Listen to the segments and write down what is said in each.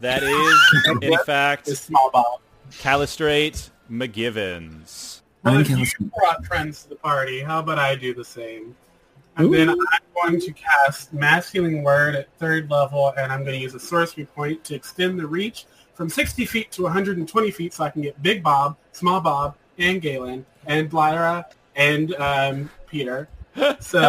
That is, in fact, Small ball. Calistrate McGivens. Well, if you brought friends to the party, how about I do the same? And then I'm going to cast Mass Healing Word at third level, and I'm going to use a sorcery point to extend the reach from 60 feet to 120 feet so I can get Big Bob, Small Bob, and Galen, and Lyra, and um, Peter. So,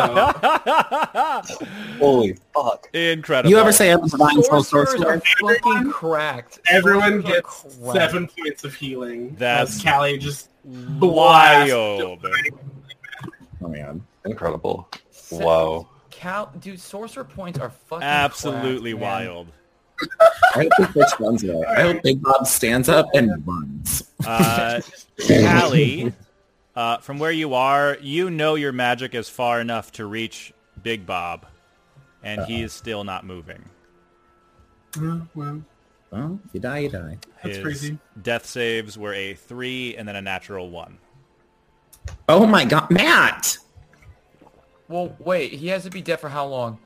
Holy fuck. Incredible. You ever say I'm a divine soul Sorcerers sorcerer? are fucking cracked. everyone Sorcerers are gets cracked. seven points of healing. That's as Callie just blasts wild. Oh, man. Incredible. Seven Wow. Cal- Dude, sorcerer points are fucking Absolutely cracked, man. wild. I hope this bitch runs away. I hope Big Bob stands up and runs. Uh, Callie, uh, from where you are, you know your magic is far enough to reach Big Bob, and he is still not moving. Oh, well, Well, if you die, you die. that's crazy. death saves were a three and then a natural one. Oh my god, Matt! Well, wait, he has to be dead for how long?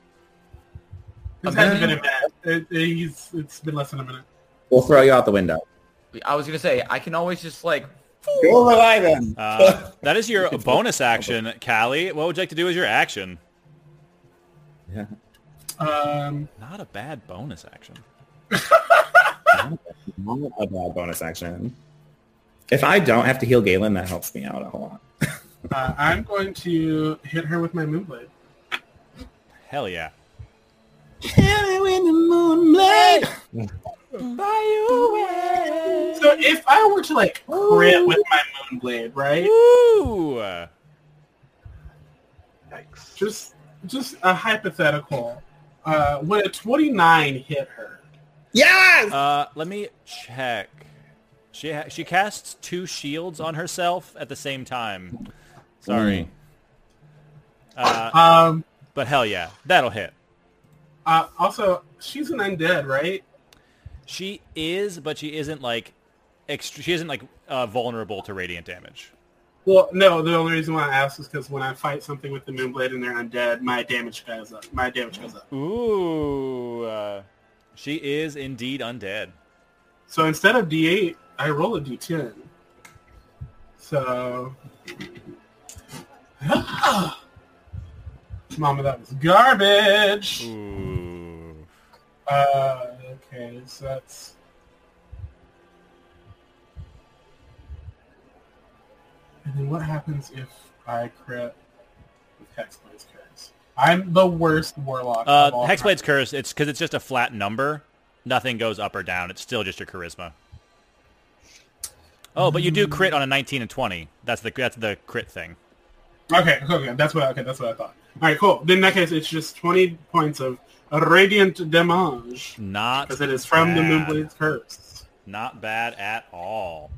This A hasn't been a minute? minute. It, it- he's, it's been less than a minute. We'll throw you out the window. I was gonna say I can always just like You're alive then. Uh, that is your bonus action, Callie. What would you like to do as your action? Um, Not a bad bonus action. Not a bad bonus action. If I don't have to heal Galen, that helps me out a whole lot. uh, I'm going to hit her with my moonblade. Hell yeah. So if I were to like crit with my moonblade, right? Woo! Just just a hypothetical. Uh, would a 29 hit her? Yes! Uh, let me check. She ha- she casts two shields on herself at the same time. Sorry, Uh, Um, but hell yeah, that'll hit. uh, also, she's an undead, right? She is, but she isn't like extra. She isn't like uh, vulnerable to radiant damage. Well, no. The only reason why I ask is because when I fight something with the moonblade and they're undead, my damage goes up. My damage goes up. Ooh, uh, she is indeed undead. So instead of D8, I roll a D10. So, mama, that was garbage. Ooh, Uh, okay, so that's and then what happens if I crit with Hexblade's curse? I'm the worst warlock. uh, of all Hexblade's curse. It's because it's just a flat number. Nothing goes up or down. It's still just your charisma. Oh, but you do crit on a 19 and 20. That's the that's the crit thing. time. Okay, okay, that's what. Okay, that's what I thought. All right, cool. Then in that case, it's just twenty points of radiant damage. Not Because it is from the bad. Moonblade's curse. Not bad at all.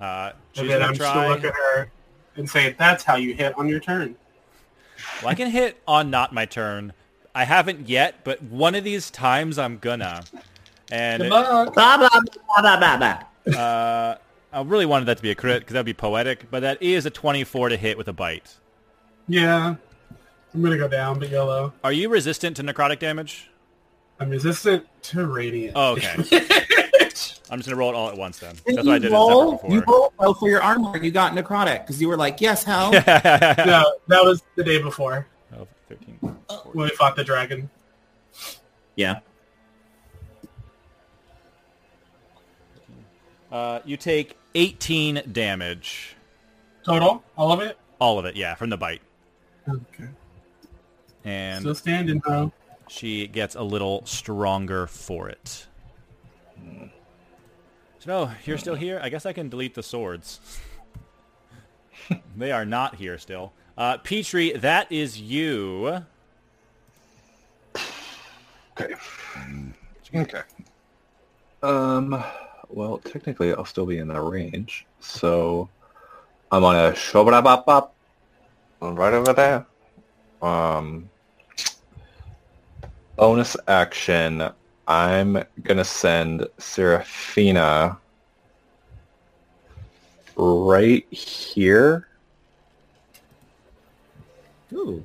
Uh, she's And then gonna I'm just try. gonna look at her and say, "That's how you hit on your turn." Well, I can hit on not my turn. I haven't yet, but one of these times I'm gonna. And it- But Blah, blah, blah, blah, blah, blah. uh, I really wanted that to be a crit because that'd be poetic. But that is a 24 to hit with a bite. yeah, I'm gonna go down, but yellow. Are you resistant to necrotic damage? I'm resistant to radiant. Oh, okay. I'm just gonna roll it all at once then. That's you what I did roll, it separate You before. roll well, for your armor. You got necrotic because you were like, yes, hell. no, that was the day before 12, 13. when we fought the dragon. yeah. Uh, you take 18 damage. Total, all of it. All of it, yeah, from the bite. Okay. And Still standing though. she gets a little stronger for it. So, no, you're still here? I guess I can delete the swords. they are not here still. Uh, Petrie, that is you. Okay. Okay. Um, well, technically, I'll still be in their range, so I'm gonna shobra bop bop right over there. Um, bonus action. I'm gonna send Seraphina right here. Ooh.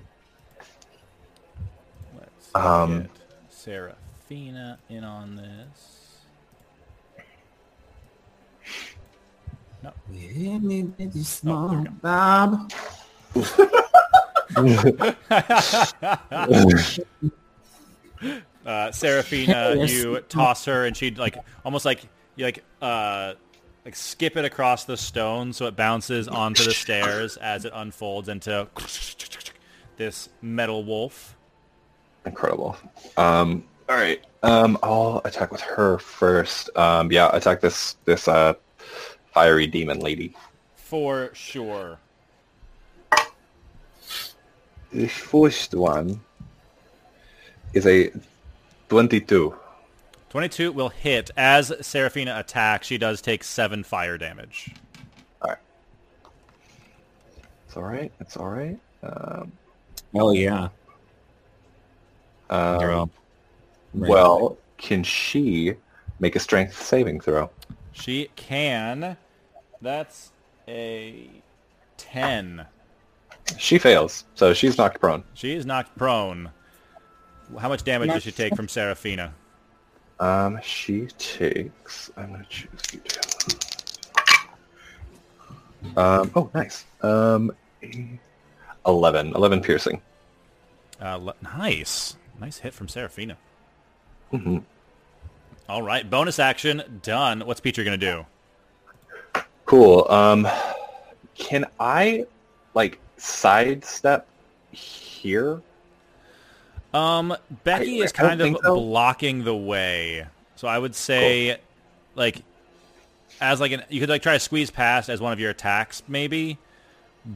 Let's Um, get Seraphina in on this. small there we go. Bob. uh, Seraphina, you toss her, and she like almost like you like uh, like skip it across the stone, so it bounces onto the stairs as it unfolds into this metal wolf. Incredible. Um, all right. Um, I'll attack with her first. Um, yeah, attack this this uh, fiery demon lady. For sure. The first one is a twenty-two. 22 will hit. As Seraphina attacks, she does take 7 fire damage. It's all right. It's all right. Um, Hell Oh, yeah. um, Throw. Right. Well, can she make a strength saving throw? She can. That's a 10. She fails, so she's knocked prone. She is knocked prone. How much damage does she take from Seraphina? Um, she takes. I'm gonna choose you two. Um. Oh, nice. Um, eleven. Eleven piercing. Uh, le- nice. Nice hit from Seraphina. Mm-hmm. All right. Bonus action done. What's Peter going to do? Cool. Um, can I like sidestep here? Um, Becky I- is I don't kind of think so. blocking the way, so I would say, like, as like an you could like try to squeeze past as one of your attacks maybe,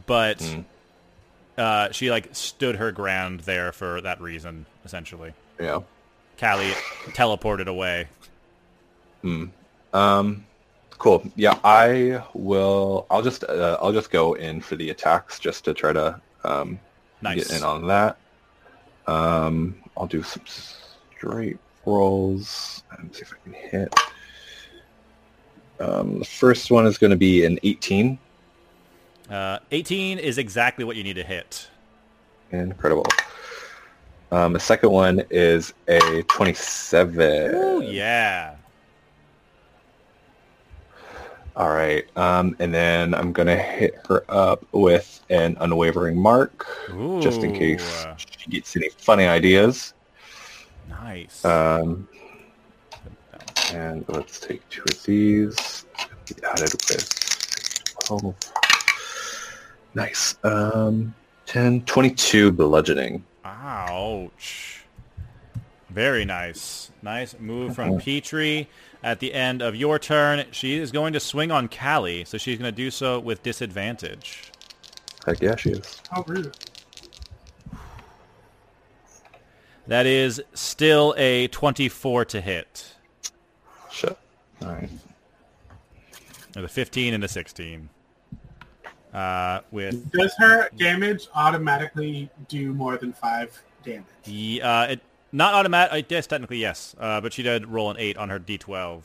but Hmm. uh, she like stood her ground there for that reason essentially. Yeah. Callie teleported away. Um, cool. Yeah, I will. I'll just. Uh, I'll just go in for the attacks just to try to um, Nice. get in on that. Um, I'll do some straight rolls and see if I can hit. Um, the first one is going to be an 18. Uh, 18 is exactly what you need to hit. Incredible. Um, the second one is a 27. Ooh, yeah. All right. Um, and then I'm going to hit her up with an unwavering mark just in case Ooh, she gets any funny ideas. Nice. Um, and let's take two of these. Be added with 12. Nice. Um, 10, 22 bludgeoning. Ouch. Very nice. Nice move from Uh-huh. Petrie. At the end of your turn, she is going to swing on Callie, so she's going to do so with disadvantage. Heck yeah, she is. How rude. That is still a 24 to hit. Shit. All right. Or the 15 and the 16. Uh, with Does her damage automatically do more than five damage? the, uh, it, not automatic, I guess technically yes, uh, but she did roll an 8 on her d12.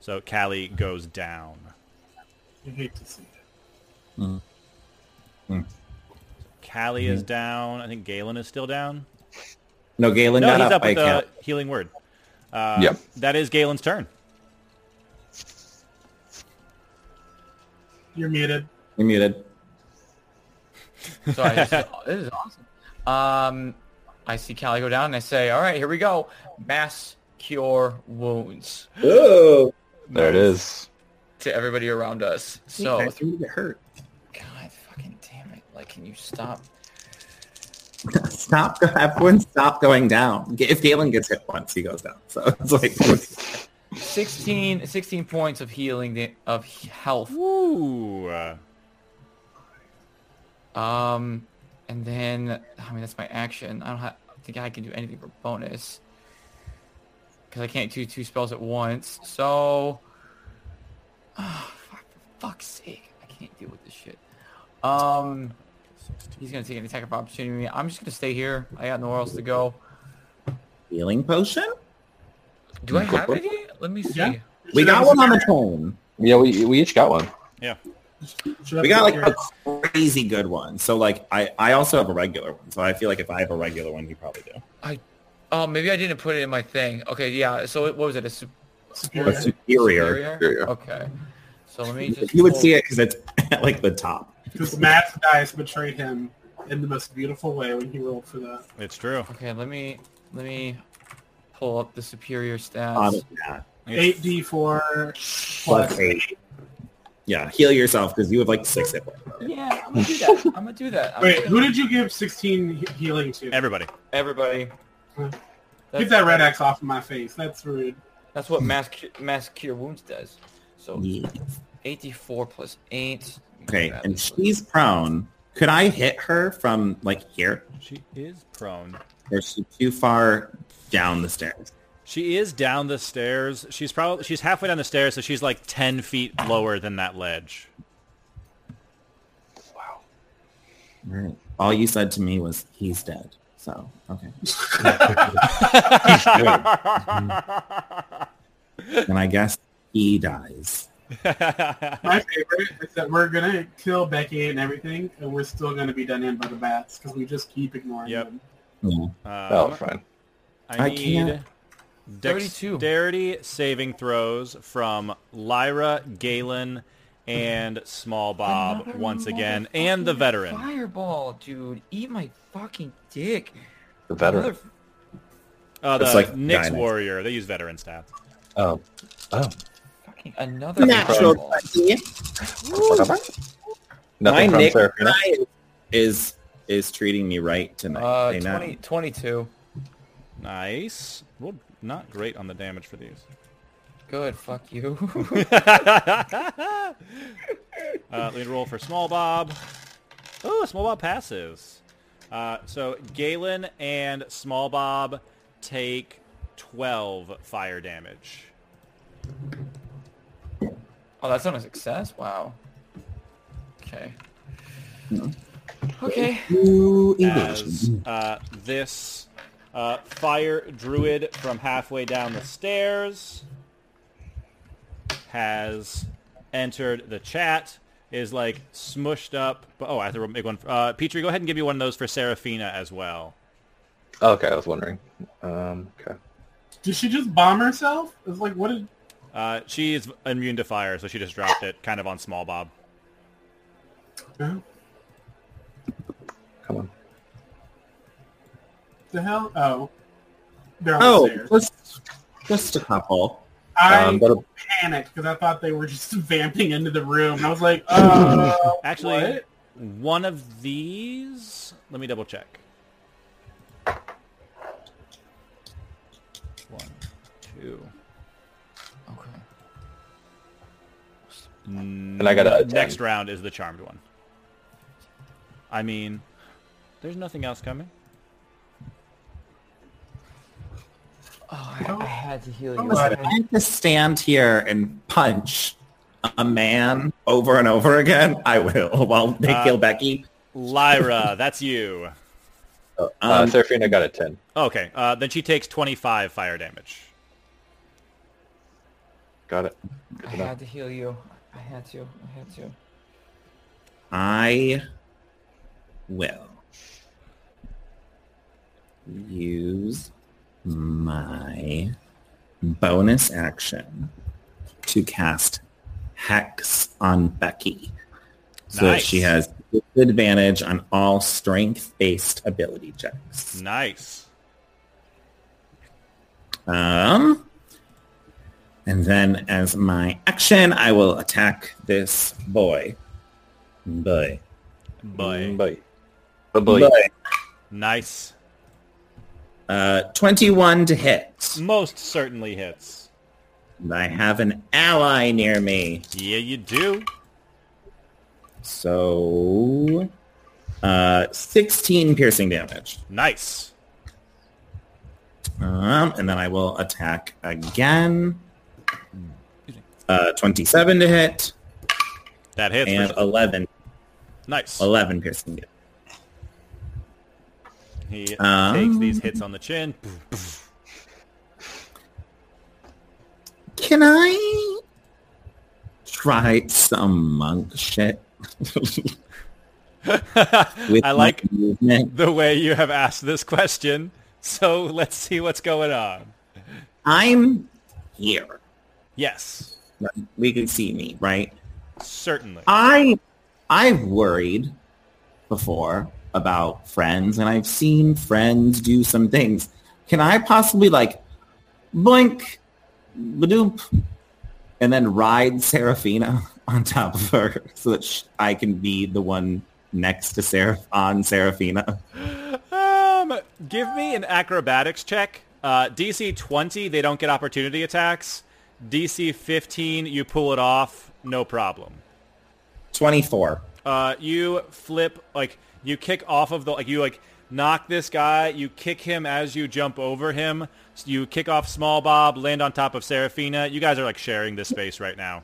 So Callie goes down. I hate to see it. Callie is down. I think Galen is still down. No, Galen No, got he's up, up. I with the count. healing word. Uh, Yeah. That is Galen's turn. You're muted. You're muted. So I just, this is awesome. Um, I see Callie go down, and I say, "All right, here we go. Mass cure wounds Oh. There it is. to everybody around us." So, Guys, you're gonna get hurt. God, fucking damn it! Like, can you stop? Stop. Everyone stop going down. G- If Galen gets hit once, he goes down. So it's like, 16, 16 points of healing da- of he- health. Ooh. Uh, Um, and then I mean that's my action. I don't ha- think I can do anything for bonus. because I can't do two spells at once. So, Ah, fuck, for fuck's sake, I can't deal with this shit. Um, he's gonna take an attack of opportunity. I'm just gonna stay here. I got nowhere else to go. Healing potion? Do I have any? Let me see. Yeah. We got one on the phone. Yeah, we we each got one. Yeah. We got like a crazy good one. So like I, I also have a regular one. So I feel like if I have a regular one, you probably do. I, oh, maybe I didn't put it in my thing. Okay, yeah. So it, what was it? A su- A Superior. superior. Superior. Okay. So let me just. You would pull- see it because it's at like the top. Because Matt's dice betrayed him in the most beautiful way when he rolled for that. It's true. Okay, let me let me pull up the superior stats. Um, yeah. It's- Eight D four Plus eight. Yeah, heal yourself because you have like six hit points. yeah, I'm gonna do that. I'm gonna do that. I'm Wait, gonna- who did you give sixteen he- healing to? Everybody. everybody. Get That's- Get that red X off of my face. That's rude. That's what mass cu- mass cure wounds does. So Yeah. 84 plus 8. Okay, That and is- she's prone. Could I hit her from like here? She is prone. Or is she too far down the stairs? She is down the stairs. She's probably she's halfway down the stairs, so she's like ten feet lower than that ledge. Right. All you said to me was he's dead. So okay. and I guess he dies. My favorite is that we're gonna kill Becky and everything, and we're still gonna be done in by the bats because we just keep ignoring Yep. them. Yeah. Oh, Um, fine. I I need can't. 32. dexterity saving throws from Lyra, Galen, and Small Bob Another once again, and the motherfucking veteran. Fireball, dude. Eat my fucking dick. The veteran. Another- Uh, the It's like Nyx guidance. warrior. They use veteran stats. Oh. Oh. Fucking another Natural fireball. My Nothing from Nick Serafina. is is treating me right tonight. Uh, They know. 20, 22. Nice. Well, not great on the damage for these. Good, fuck you. uh, let me Uh, roll for Small Bob. Oh, Small Bob passes. Uh, so Galen and Small Bob take 12 fire damage. oh, that's not a success? Wow. Okay. Okay. as uh, this uh, fire druid from halfway down the stairs has entered the chat. Is like smushed up. But oh, I have to make one. Uh, Petrie, go ahead and give me one of those for Seraphina as well. Oh, okay, I was wondering. Um, okay. Did she just bomb herself? It's like what did Uh, she is immune to fire, so she just dropped it, kind of on small Bob. oh, Come on. the hell? Oh, they're on Oh, the stairs. just just a couple. I Um, that'll- panicked because I thought they were just vamping into the room. And I was like, uh, Actually, what? one of these. Let me double check. One, two. Okay. And I got a next 10. round is the charmed one. I mean, there's nothing else coming. Oh, I, I had to heal you. Listen, I have to stand here and punch a man over and over again. I will while they Uh, kill Becky. Lyra, that's you. uh, Um, Serafina got a 10. Okay, uh, then she takes 25 fire damage. Got it. I had to heal you. I had to. I had to. I will use my bonus action to cast Hex on Becky. So that she Nice. has disadvantage on all strength-based ability checks. Nice. Um, and then as my action, I will attack this boy. Boy. Boy. Bye. Bye. Nice. Uh, 21 to hit. Most certainly hits. And I have an ally near me. Yeah, you do. So, uh, 16 piercing damage. Nice. Um, and then I will attack again. Uh, 27 to hit That hits. for and sure. 11, Oh. Nice. 11 piercing. damage. He Um, takes these hits on the chin. Can I try some monk shit? With I like my movement? the way you have asked this question. So let's see what's going on. I'm here. Yes, Right? We can see me, right? certainly. I I've worried before about friends and I've seen friends do some things. Can I possibly like blink badoop and then ride Serafina on top of her so that sh- I can be the one next to Seraph on Serafina? Um, give me an acrobatics check. Uh, DC 20, they don't get opportunity attacks. DC 15, you pull it off, no problem. 24. Uh, you flip like you kick off of the like you like knock this guy. You kick him as you jump over him. So you kick off small Bob, land on top of Serafina. You guys are like sharing this space right now.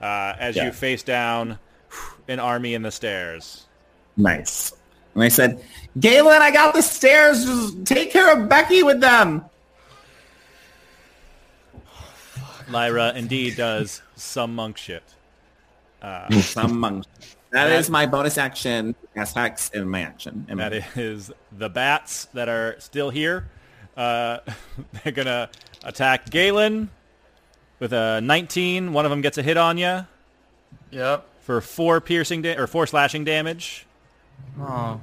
Uh, as Yeah. you face down an army in the stairs. Nice. And I said, Galen, I got the stairs. Just take care of Becky with them. Lyra indeed does some monk shit. Some monk. that is my bonus action. Cast hex in my action. And That is the bats that are still here. Uh, they're gonna attack Galen with a 19. One of them gets a hit on you Yep. for four piercing da- or four slashing damage, Oh.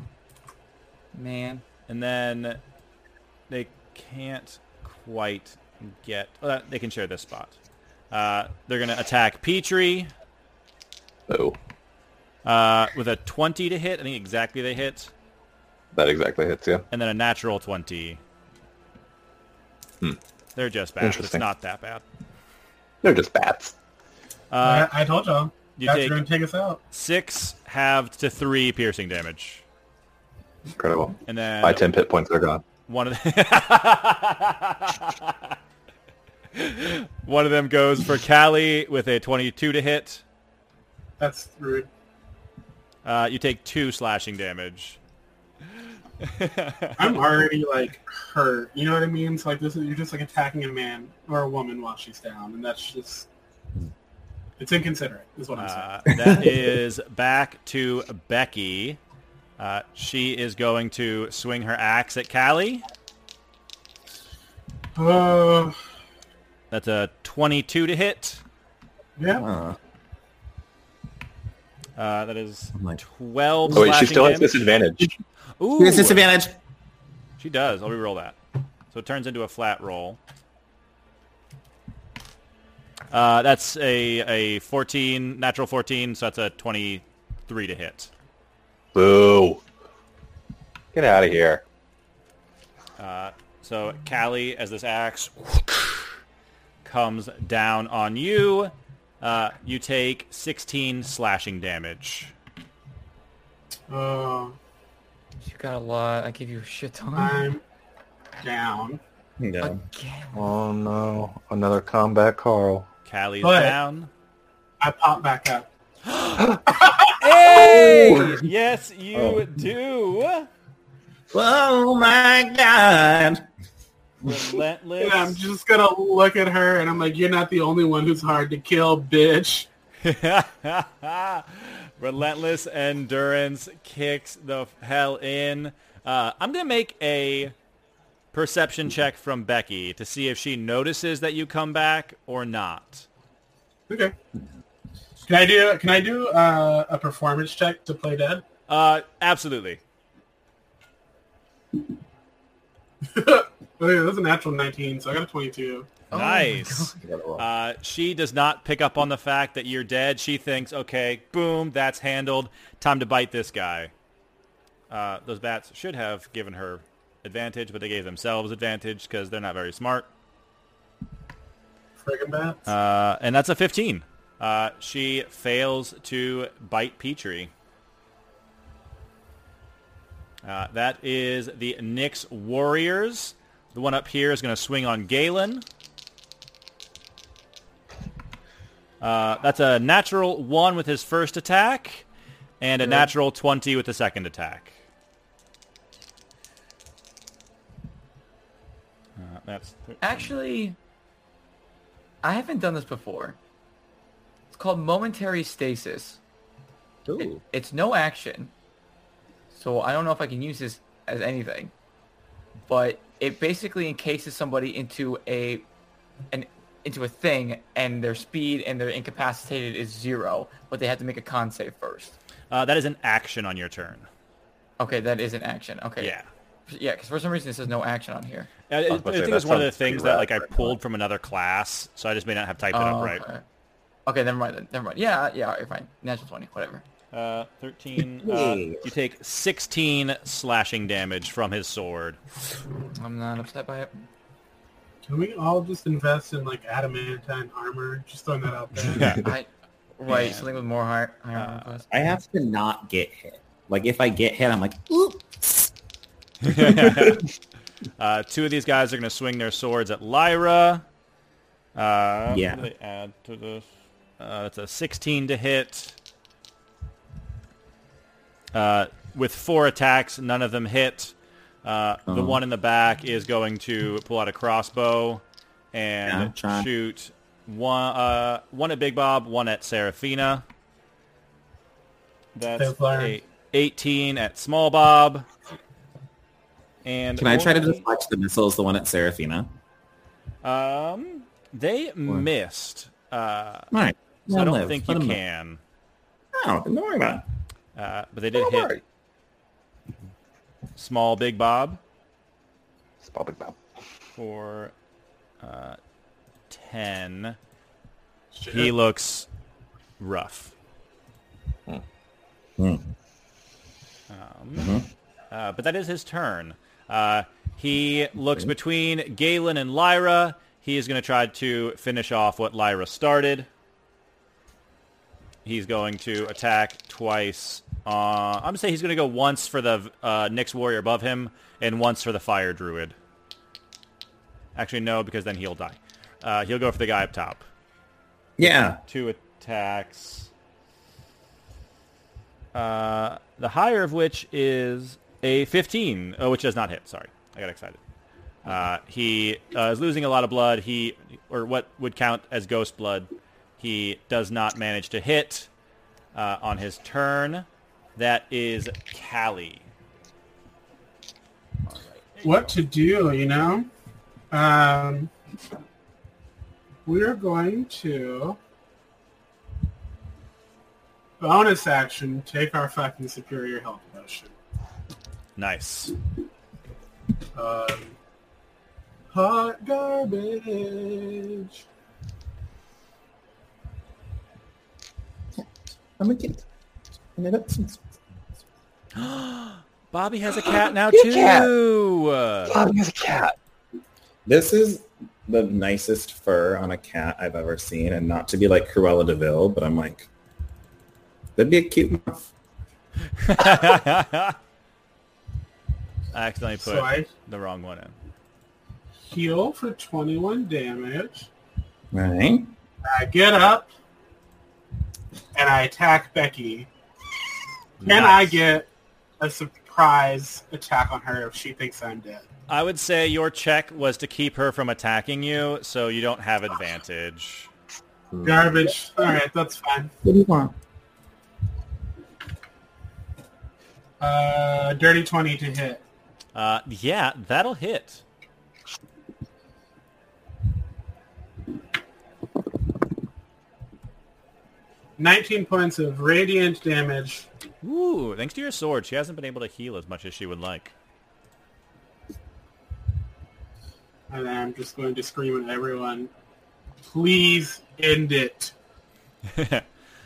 Man. and then they can't quite get. Uh, they can share this spot. Uh, they're gonna attack Petrie Oh, uh, with a 20 to hit. I think exactly they hit, that exactly hits you. and then a natural 20. They're just bad. It's Interesting. not that bad. They're just bats. Uh, I, I told y'all. you That's take- going to take us out. six halved to three piercing damage, Incredible. and then My 10 hit points are gone. one of them. one of them goes for Callie with a twenty-two to hit. That's rude. Uh, you take two slashing damage. I'm already like hurt. You know what I mean? It's like this is you're just like attacking a man or a woman while she's down, and that's just it's inconsiderate, is what I'm saying. Uh, that is back to Becky. Uh, she is going to swing her axe at Callie. Oh, That's a twenty-two to hit. yeah. Uh, Uh, that is my- twelve. Oh, wait, she slashing still has damage. disadvantage. Ooh. she has disadvantage. She does. I'll re-roll that. So it turns into a flat roll. Uh, that's a, a 14, natural 14, so that's a 23 to hit. Boo. Get out of here. Uh, so Callie, as this axe comes down on you, uh, you take 16 slashing damage. Oh, You got a lot. I give you a shit ton. I'm down. Yeah. Again. Oh no, another combat Carl. Callie's Go ahead. down. I pop back up. Hey! Yes, you do! Oh my god. Relentless. And I'm just gonna look at her, and I'm like, "You're not the only one who's hard to kill, bitch." Relentless endurance kicks the hell in. Uh, I'm gonna make a perception check from Becky to see if she notices that you come back or not. Okay. Can I do? Can I do uh, a performance check to play dead? Uh, absolutely. Okay, that's a natural 19, so I got a 22. nice. Uh, she does not pick up on the fact that you're dead. She thinks, okay, boom, that's handled. Time to bite this guy. Uh, those bats should have given her advantage, but they gave themselves advantage because they're not very smart. Friggin' bats. Uh, and that's a 15. Uh, she fails to bite Petrie. Uh, that is the Knicks Warriors. The one up here is going to swing on Galen. Uh, that's a natural 1 with his first attack, and a natural 20 with the second attack. Uh, that's Actually, I haven't done this before. It's called momentary stasis. Ooh. It's no action, so I don't know if I can use this as anything. But it basically encases somebody into a, an, into a thing, and their speed and their incapacitated is zero, but they have to make a con save first. uh, that is an action on your turn. Okay, that is an action. Okay. Yeah. Yeah, because for some reason it says no action on here. I, I- I about to say, think that it's one of the sounds pretty things that rad like I right now. pulled from another class, so I just may not have typed it up Oh, right. Okay. Okay, never mind. then, Never mind. Yeah, yeah, alright, fine. Natural 20, whatever. Uh, 13. Uh, Yay. you take 16 slashing damage from his sword. I'm not upset by it. Can we all just invest in like adamantine armor? Just throwing that out there. Yeah. I, right, something with more heart. higher Uh, armor class. I have to not get hit. Like if I get hit, I'm like, oops. uh, two of these guys are going to swing their swords at Lyra. Uh, Yeah. What do they add to this? Uh, that's a 16 to hit. Uh, with four attacks, none of them hit. Uh, The Uh-huh. one in the back is going to pull out a crossbow and Yeah, try. shoot one, uh, one at Big Bob, one at Seraphina. That's Thanks, Lyra. a 18 at Small Bob. And Can I try to only- deflect the missiles? The one at Seraphina. Um, they missed. Uh, All right. so I Let don't him live. think Let you him live. can. No, Oh, don't worry about it. Uh, but they did hit small Big Bob It's probably about for uh, ten. Shit. He looks rough. Hmm. Um, uh, but that is his turn. Uh, he looks between Galen and Lyra. He is going to try to finish off what Lyra started. He's going to attack twice. Uh, I'm going to say he's going to go once for the uh, next warrior above him and once for the fire druid. Actually, no, because then he'll die. Uh, he'll go for the guy up top. Yeah. Two attacks. Uh, the higher of which is a 15, oh, which does not hit. Sorry, I got excited. Uh, he uh, is losing a lot of blood. He, or what would count as ghost blood, he does not manage to hit uh, on his turn. That is Callie. what to do, you know? Um, we're going to bonus action take our fucking superior health potion. Nice. Um, hot garbage. I'm a kid. And it up since Bobby has a cat now Good cat. too. Bobby is a cat. This is the nicest fur on a cat I've ever seen, and not to be like Cruella Deville, but I'm like, that'd be a cute muff. I accidentally put So I the wrong one in. heal for 21 damage. Right? I get up and I attack Becky. Can I Nice. get a surprise attack on her if she thinks I'm dead? I would say your check was to keep her from attacking you, so you don't have advantage. Hmm. Garbage. All right, that's fine. What do you want? Uh, dirty 20 to hit. Uh, yeah, that'll hit. Nineteen points of radiant damage. Ooh, thanks to your sword, she hasn't been able to heal as much as she would like. And then I'm just going to scream at everyone, please end it.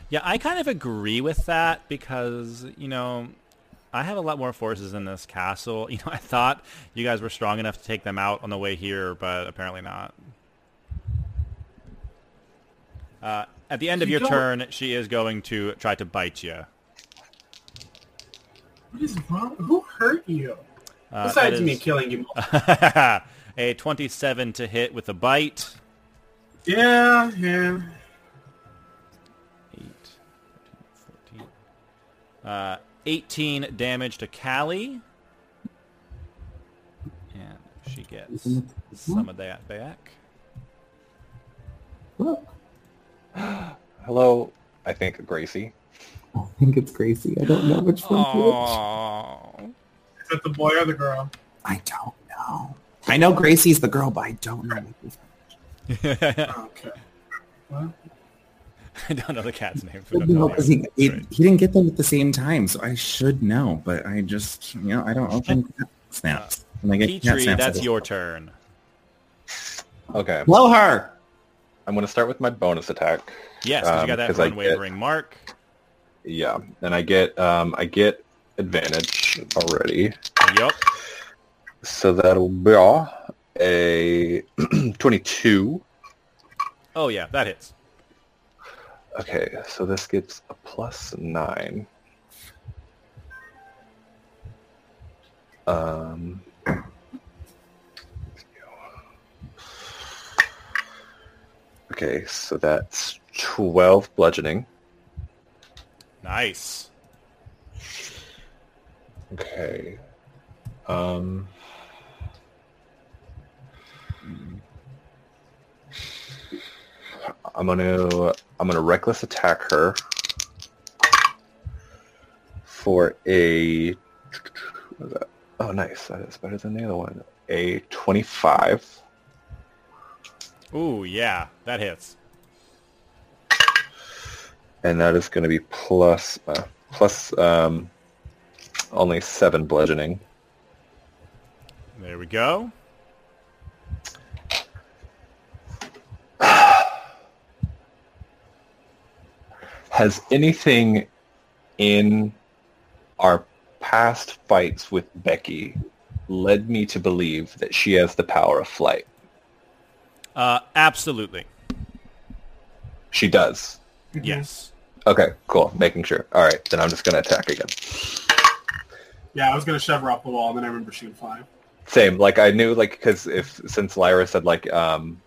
Yeah, I kind of agree with that because, you know, I have a lot more forces in this castle. You know, I thought you guys were strong enough to take them out on the way here, but apparently not. Uh, at the end of your You don't- turn, she is going to try to bite you. What is wrong? Who hurt you? Uh, that Besides is- me killing you. uh, a 27 to hit with a bite. Yeah, yeah. 8, 13, 14. Uh, 18 damage to Callie. And she gets some of that back. Look, Hello, I think Gracie. I think it's Gracie. I don't know which one's which. Aww. Is that the boy or the girl? I don't know. I know Gracie's the girl, but I don't know. which one. Okay. Well, I don't know the cat's name. but I Should know know the 'cause he, animal's he, name. he didn't get them at the same time, so I should know. But I just, you know, I don't open cat snaps. When I get cat Uh, Petrie, snaps, I that's just- your turn. Okay, blow her. I'm going to start with my bonus attack. Yes, 'cause you got Um, that 'cause I unwavering mark. Yeah, and I get um, I get advantage already, Yup. so that'll be uh, a 22. Oh yeah, that hits. Okay, so this gets a plus nine. Um, okay, so that's 12 bludgeoning. Nice. Okay. Um, I'm gonna I'm gonna reckless attack her for a what is that? Oh, nice. That is better than the other one. A 25. Ooh yeah, that hits. and that is going to be plus uh, plus um, only seven bludgeoning. There we go. Has anything in our past fights with Becky led me to believe that she has the power of flight? Uh, absolutely. She does. Yes. Okay, cool. Making sure. All right, then I'm just going to attack again. yeah, I was gonna shove her off the wall, and then I remember she would fly. Same. Like I knew, like because if since Lyra said like um,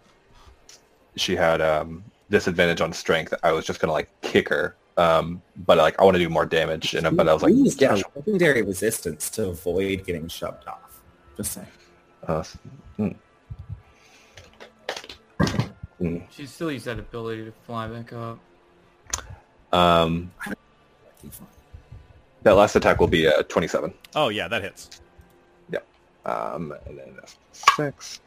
she had um disadvantage on strength, I was just gonna like kick her. Um, but like I want to do more damage, and but I was like, used yeah, her legendary resistance to avoid getting shoved off. Just saying. Uh, mm. Mm. She still use that ability to fly back up. Um, that last attack will be uh, a 27. Oh yeah, that hits. Um, and then that's six.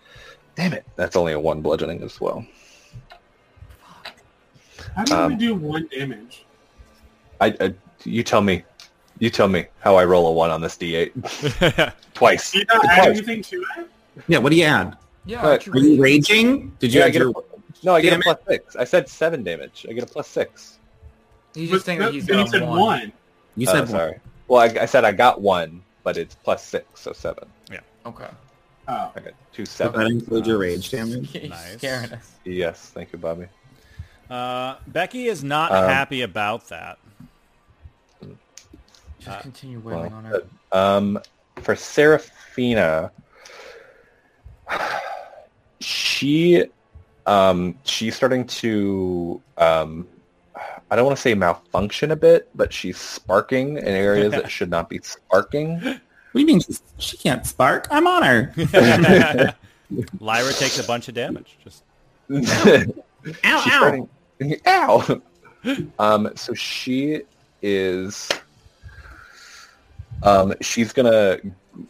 Damn it. That's only a one bludgeoning as well. How do you Um, even do one damage? I, I, you tell me. You tell me how I roll a one on this D8. Twice. Do you not add Twice. anything to it? Yeah, what do you add? Yeah. Uh, aren't Are you raging? raging? Did you Yeah, I add get a, your... no, I get a Damn it. plus six. I said seven damage. I get a plus six. He's just But saying that he's but you got said one. You Oh, said one. sorry. Well, I, I said I got one, but it's plus six, so seven. Okay. Oh, I got two Does that seven. include your rage Uh, damage? He's Nice. scaring us. Yes, thank you, Bobby. Uh, Becky is not Um, happy about that. Just Uh, continue Well, wailing on her. uh, um, for Seraphina, she, um, she's starting to, um, I don't want to say malfunction a bit, but she's sparking in areas that should not be sparking. What do you mean she's, she can't spark? I'm on her. Lyra takes a bunch of damage. Just Ow, she's ow. starting. Ow. um, so she is. Um, she's gonna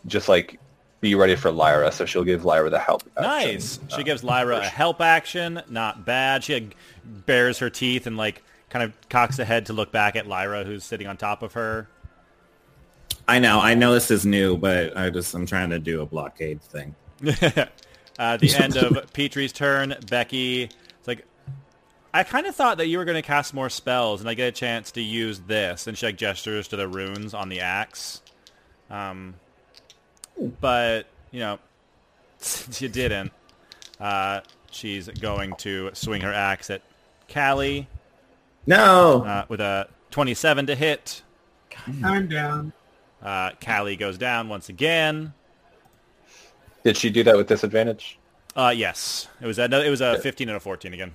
just like be ready for Lyra, so she'll give Lyra the help. action. nice. Uh, She gives Lyra a help action. Not bad. She like, bares her teeth and like kind of cocks the head to look back at Lyra, who's sitting on top of her. I know. I know this is new, but I just I'm trying to do a blockade thing. uh, the end of Petrie's turn, Becky. It's like I kind of thought that you were going to cast more spells, and I get a chance to use this. And she like gestures to the runes on the axe. Um, but you know, since you didn't, uh, she's going to swing her axe at Callie No. uh, with a 27 to hit. I'm down. Uh, Callie goes down once again. Did she do that with disadvantage? Uh, yes, it was a no, it was a 15 and a 14 again.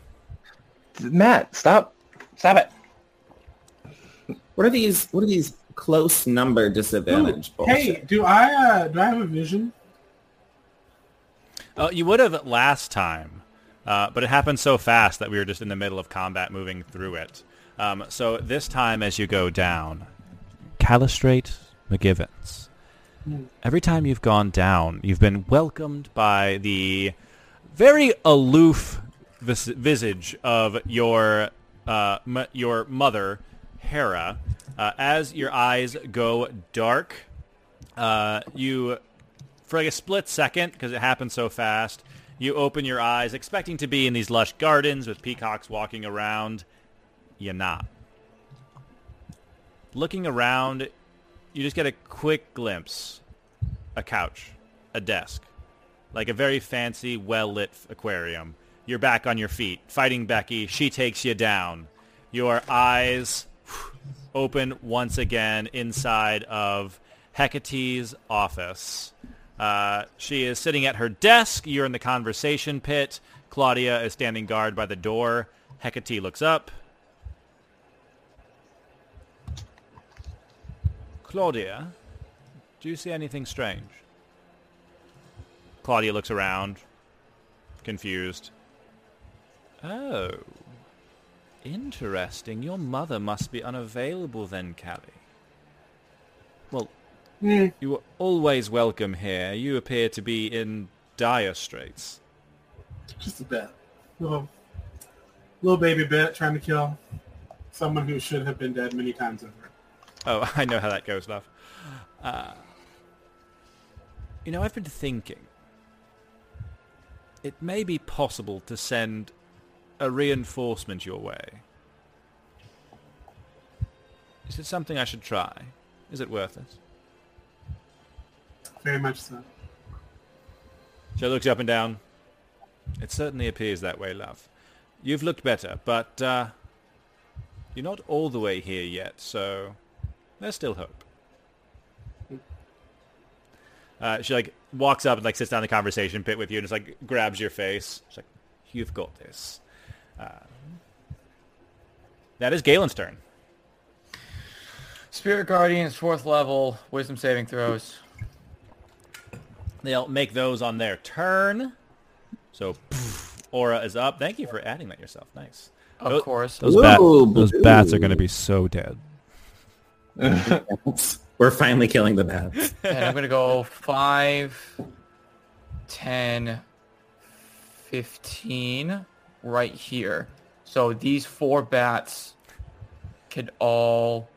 Matt, stop. Stop it. What are these? What are these close number disadvantage? Hey, bullshit? do I uh, do I have a vision? Uh, you would have last time, uh, but it happened so fast that we were just in the middle of combat moving through it. Um, so this time, as you go down, Calistrate McGivens. Every time you've gone down, you've been welcomed by the very aloof vis- visage of your uh, m- your mother, Hera. Uh, as your eyes go dark, uh, you for like a split second because it happened so fast you open your eyes expecting to be in these lush gardens with peacocks walking around you're not looking around you just get a quick glimpse a couch a desk like a very fancy well-lit aquarium you're back on your feet fighting becky she takes you down your eyes open once again inside of Hecate's office. Uh, she is sitting at her desk. You're in the conversation pit. Claudia is standing guard by the door. Hecate looks up. Claudia, do you see anything strange? Claudia looks around, confused. Oh, interesting. Your mother must be unavailable then, Callie. Well, Eh, you are always welcome here. You appear to be in dire straits. Just a bit. Little, little baby bit trying to kill someone who should have been dead many times over. Oh, I know how that goes, love. Uh, you know, I've been thinking. It may be possible to send a reinforcement your way. Is it something I should try? Is it worth it? Very much so. Joe looks up and down. It certainly appears that way, love. You've looked better, but uh, you're not all the way here yet, so there's still hope. Uh, she like walks up and like sits down in the conversation pit with you and just like grabs your face. She's like, "You've got this." Uh, that is Galen's turn. Spirit Guardians, fourth level, wisdom saving throws. They'll make those on their turn. So, poof, aura is up. Thank you for adding that yourself. Nice. Of Those- course. Those, bat- Ooh, those bats are boo. going to be so dead. We're finally killing the bats. and I'm going to go 5, 10, 15 right here. So these four bats could all...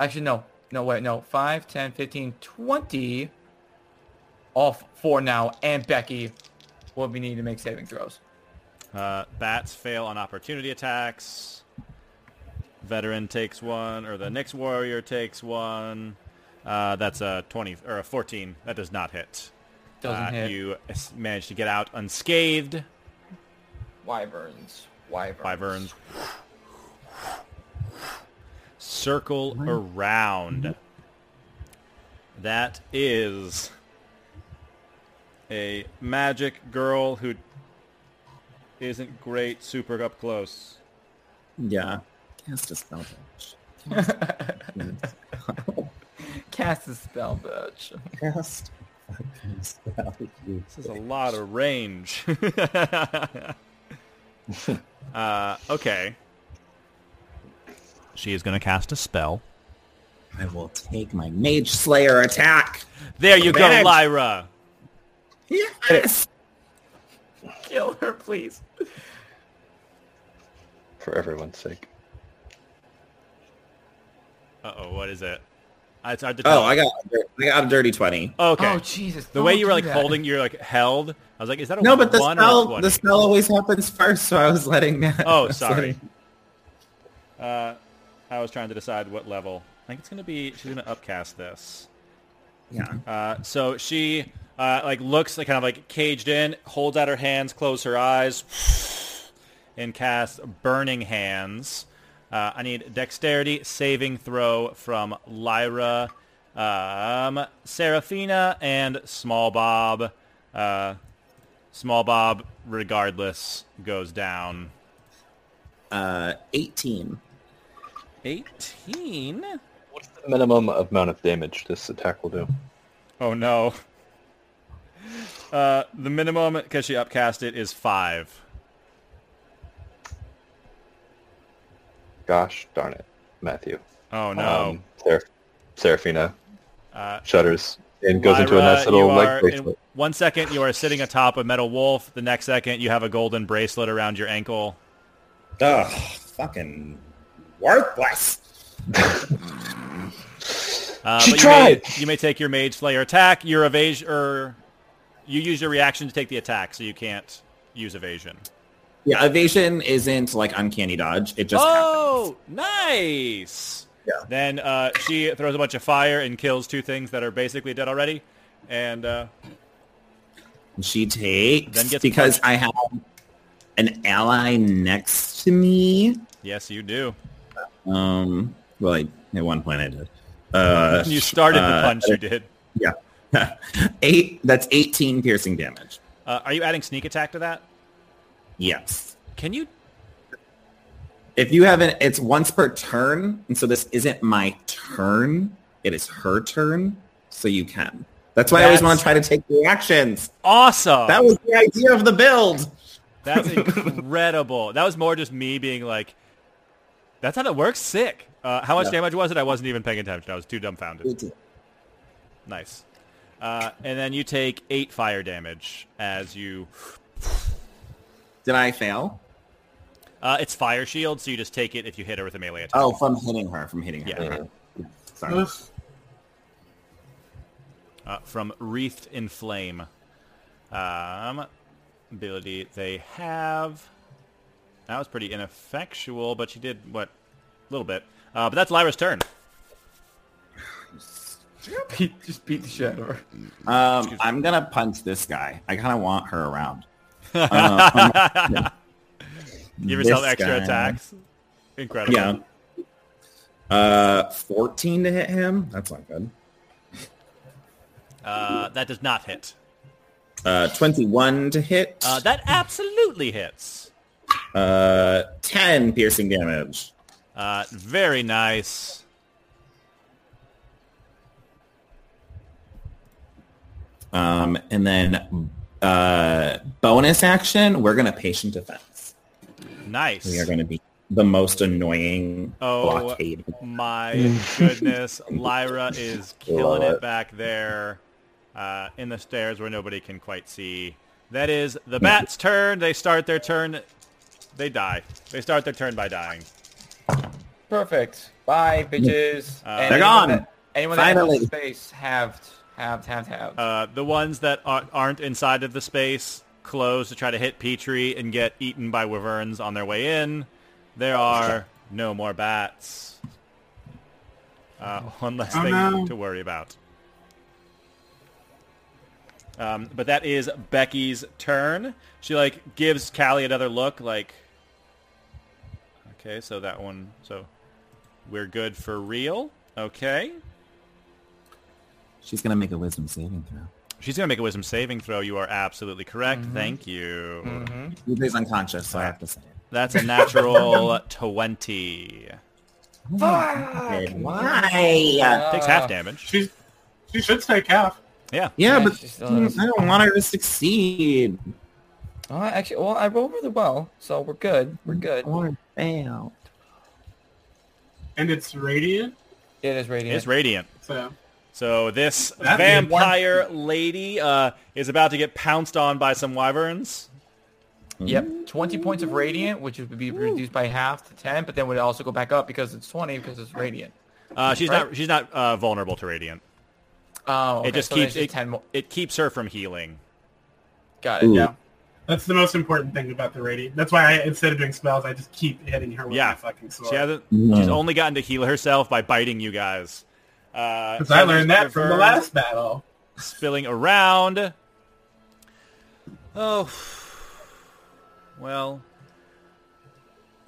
Actually, no. No, wait, no. 5, 10, 15, 20. All f- four now. And Becky will be needing to make saving throws. Uh, bats fail on opportunity attacks. Veteran takes one, or the next warrior takes one. Uh, that's a twenty or a fourteen. That does not hit. Doesn't Uh, hit. You s- manage to get out unscathed. Wyverns. Wyverns. Wyverns circle around. That is a magic girl who isn't great super up close. yeah. Cast a spell. bitch. Cast a spell, bitch. Cast a fucking spell. you This is a lot of range. uh, okay. She is going to cast a spell. I will take my Mage Slayer attack. There you go, Advantage. Lyra. Yes. Kill her, please. For everyone's sake. Uh oh, what is it? It's hard to tell. Oh, I got I got a dirty twenty. Okay. Oh, Jesus. The way don't you were do like that. holding, you're like held. I was like, is that a No, but the one or a spell 20? the spell always happens first, so I was letting that. Oh, sorry. Uh, I was trying to decide what level. I think it's gonna be. She's gonna upcast this. Yeah. Uh, so she uh, like looks like kind of like caged in, holds out her hands, close her eyes, and casts burning hands. Uh, I need dexterity saving throw from Lyra, um, Seraphina, and Small Bob. Uh, Small Bob, regardless, goes down. Uh, 18. 18? What's the minimum amount of damage this attack will do? Oh, no. Uh, the minimum, because she upcast it, is 5. Gosh darn it, Matthew. Oh, no. Um, Seraph- Seraphina Uh, shudders and goes into a Lyra, nice little you like are- in bracelet. one second you are sitting atop a metal wolf. The next second you have a golden bracelet around your ankle. Ugh, fucking worthless. Uh, She but You tried! may, you may take your mage flayer attack. Your evasion, or you use your reaction to take the attack, so you can't use evasion. Yeah, evasion isn't like uncanny dodge. It just happens. oh, nice! Yeah. Then uh, she throws a bunch of fire and kills two things that are basically dead already, and uh, She takes Then gets because I have an ally next to me. yes, you do. Um, well, I, at one point I did. Uh, You started uh, the punch. You did. Yeah, eight. That's eighteen piercing damage. Uh, are you adding sneak attack to that? Yes. Can you? If you haven't, it's once per turn, and so this isn't my turn. It is her turn, so you can. That's why I always That's- want to try to take reactions. Awesome. That was the idea of the build. That's incredible. that was more just me being like, that's how that works. Sick. Uh, how much Yeah. damage was it? I wasn't even paying attention. I was too dumbfounded. Nice. Uh, and then you take eight fire damage as you. Did I fail? Uh, it's fire shield, so you just take it if you hit her with a melee attack. Oh, from hitting her, from hitting her. Yeah. Okay. Sorry. Ugh. Uh, from wreathed in flame. Um, ability they have. That was pretty ineffectual, but she did what? A little bit. Uh, but that's Lyra's turn. Beat, just beat the shit out of her. Um, I'm gonna punch this guy. I kind of want her around. Uh, Give yourself This extra guy. attacks. Incredible. yeah. Uh, 14 to hit him. That's not good. Uh, that does not hit. Uh, 21 to hit. Uh, that absolutely hits. Uh, 10 piercing damage. Uh, very nice. Um, and then uh, bonus action. We're gonna patient defense. Nice. We are gonna be the most annoying Oh blockade. my goodness. Lyra is killing Love it it. back there uh, in the stairs where nobody can quite see. That is the bat's turn. They start their turn. They die. They start their turn by dying. Perfect. Bye, bitches. Uh, And They're anyone gone. That, anyone that enters Finally. the space halved, halved, halved, halved. Uh, the ones that are, aren't inside of the space close to try to hit Petrie and get eaten by wyverns on their way in. There are no more bats. Uh, one less Oh, thing no. to worry about. Um, but that is Becky's turn. She like gives Callie another look, like, okay, so that one, so we're good for real. Okay, She's gonna make a wisdom saving throw. She's gonna make a wisdom saving throw. You are absolutely correct. Mm-hmm. Thank you. He's unconscious, so I have to say it. That's a natural twenty. Fuck! Why? Uh, Takes Uh, half damage. She's, she should take half. Yeah. Yeah, but she still mm, has- I don't want her to succeed. Uh, actually, well, I rolled really well, so we're good. We're good. I want her to fail. And it's radiant, It is radiant. It's radiant. so So this That means one- vampire lady uh, is about to get pounced on by some wyverns. Yep, 20 points of radiant, which would be reduced by half to 10, but then would also go back up because it's 20 because it's radiant. Uh, she's Right. not. She's not uh, vulnerable to radiant. Oh, okay, It just so then keeps it's it, 10 more. it keeps her from healing. Got it. Ooh. Yeah. that's the most important thing about the radiant. That's why I, instead of doing spells, I just keep hitting her with Yeah. my fucking sword. She hasn't. No. She's only gotten to heal herself by biting you guys. Because Because I learned that from the last battle. spilling around. Oh, well.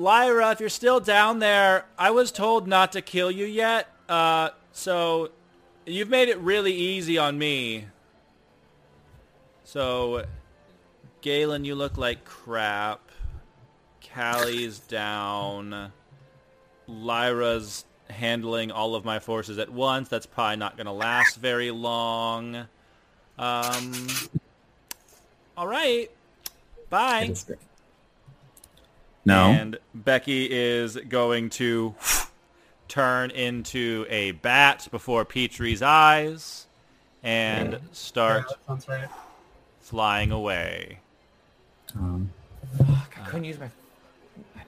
Lyra, if you're still down there, I was told not to kill you yet. Uh, so you've made it really easy on me. So, Galen, you look like crap. Callie's down. Lyra's handling all of my forces at once. That's probably not going to last very long. Um, all right. Bye. No. And Becky is going to turn into a bat before Petrie's eyes and Yeah, start that sounds right. flying away. Um, Fuck, I couldn't use my,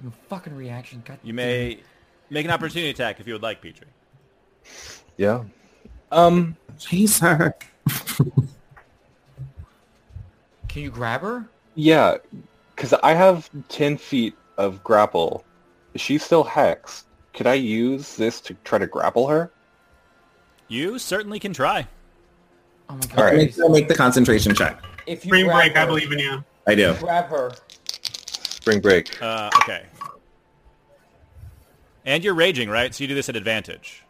my fucking reaction. God You damn it. may make an opportunity attack if you would like, Petrie. Yeah. Um. chase her. Can you grab her? Yeah, because I have ten feet of grapple. She's still hexed. Could I use this to try to grapple her? You certainly can try. Oh my god. All right. Make, make the concentration check. If you Spring grab break, her, I believe in you. I do. Grab her. Spring break. Uh, okay. And you're raging, right? So you do this at advantage.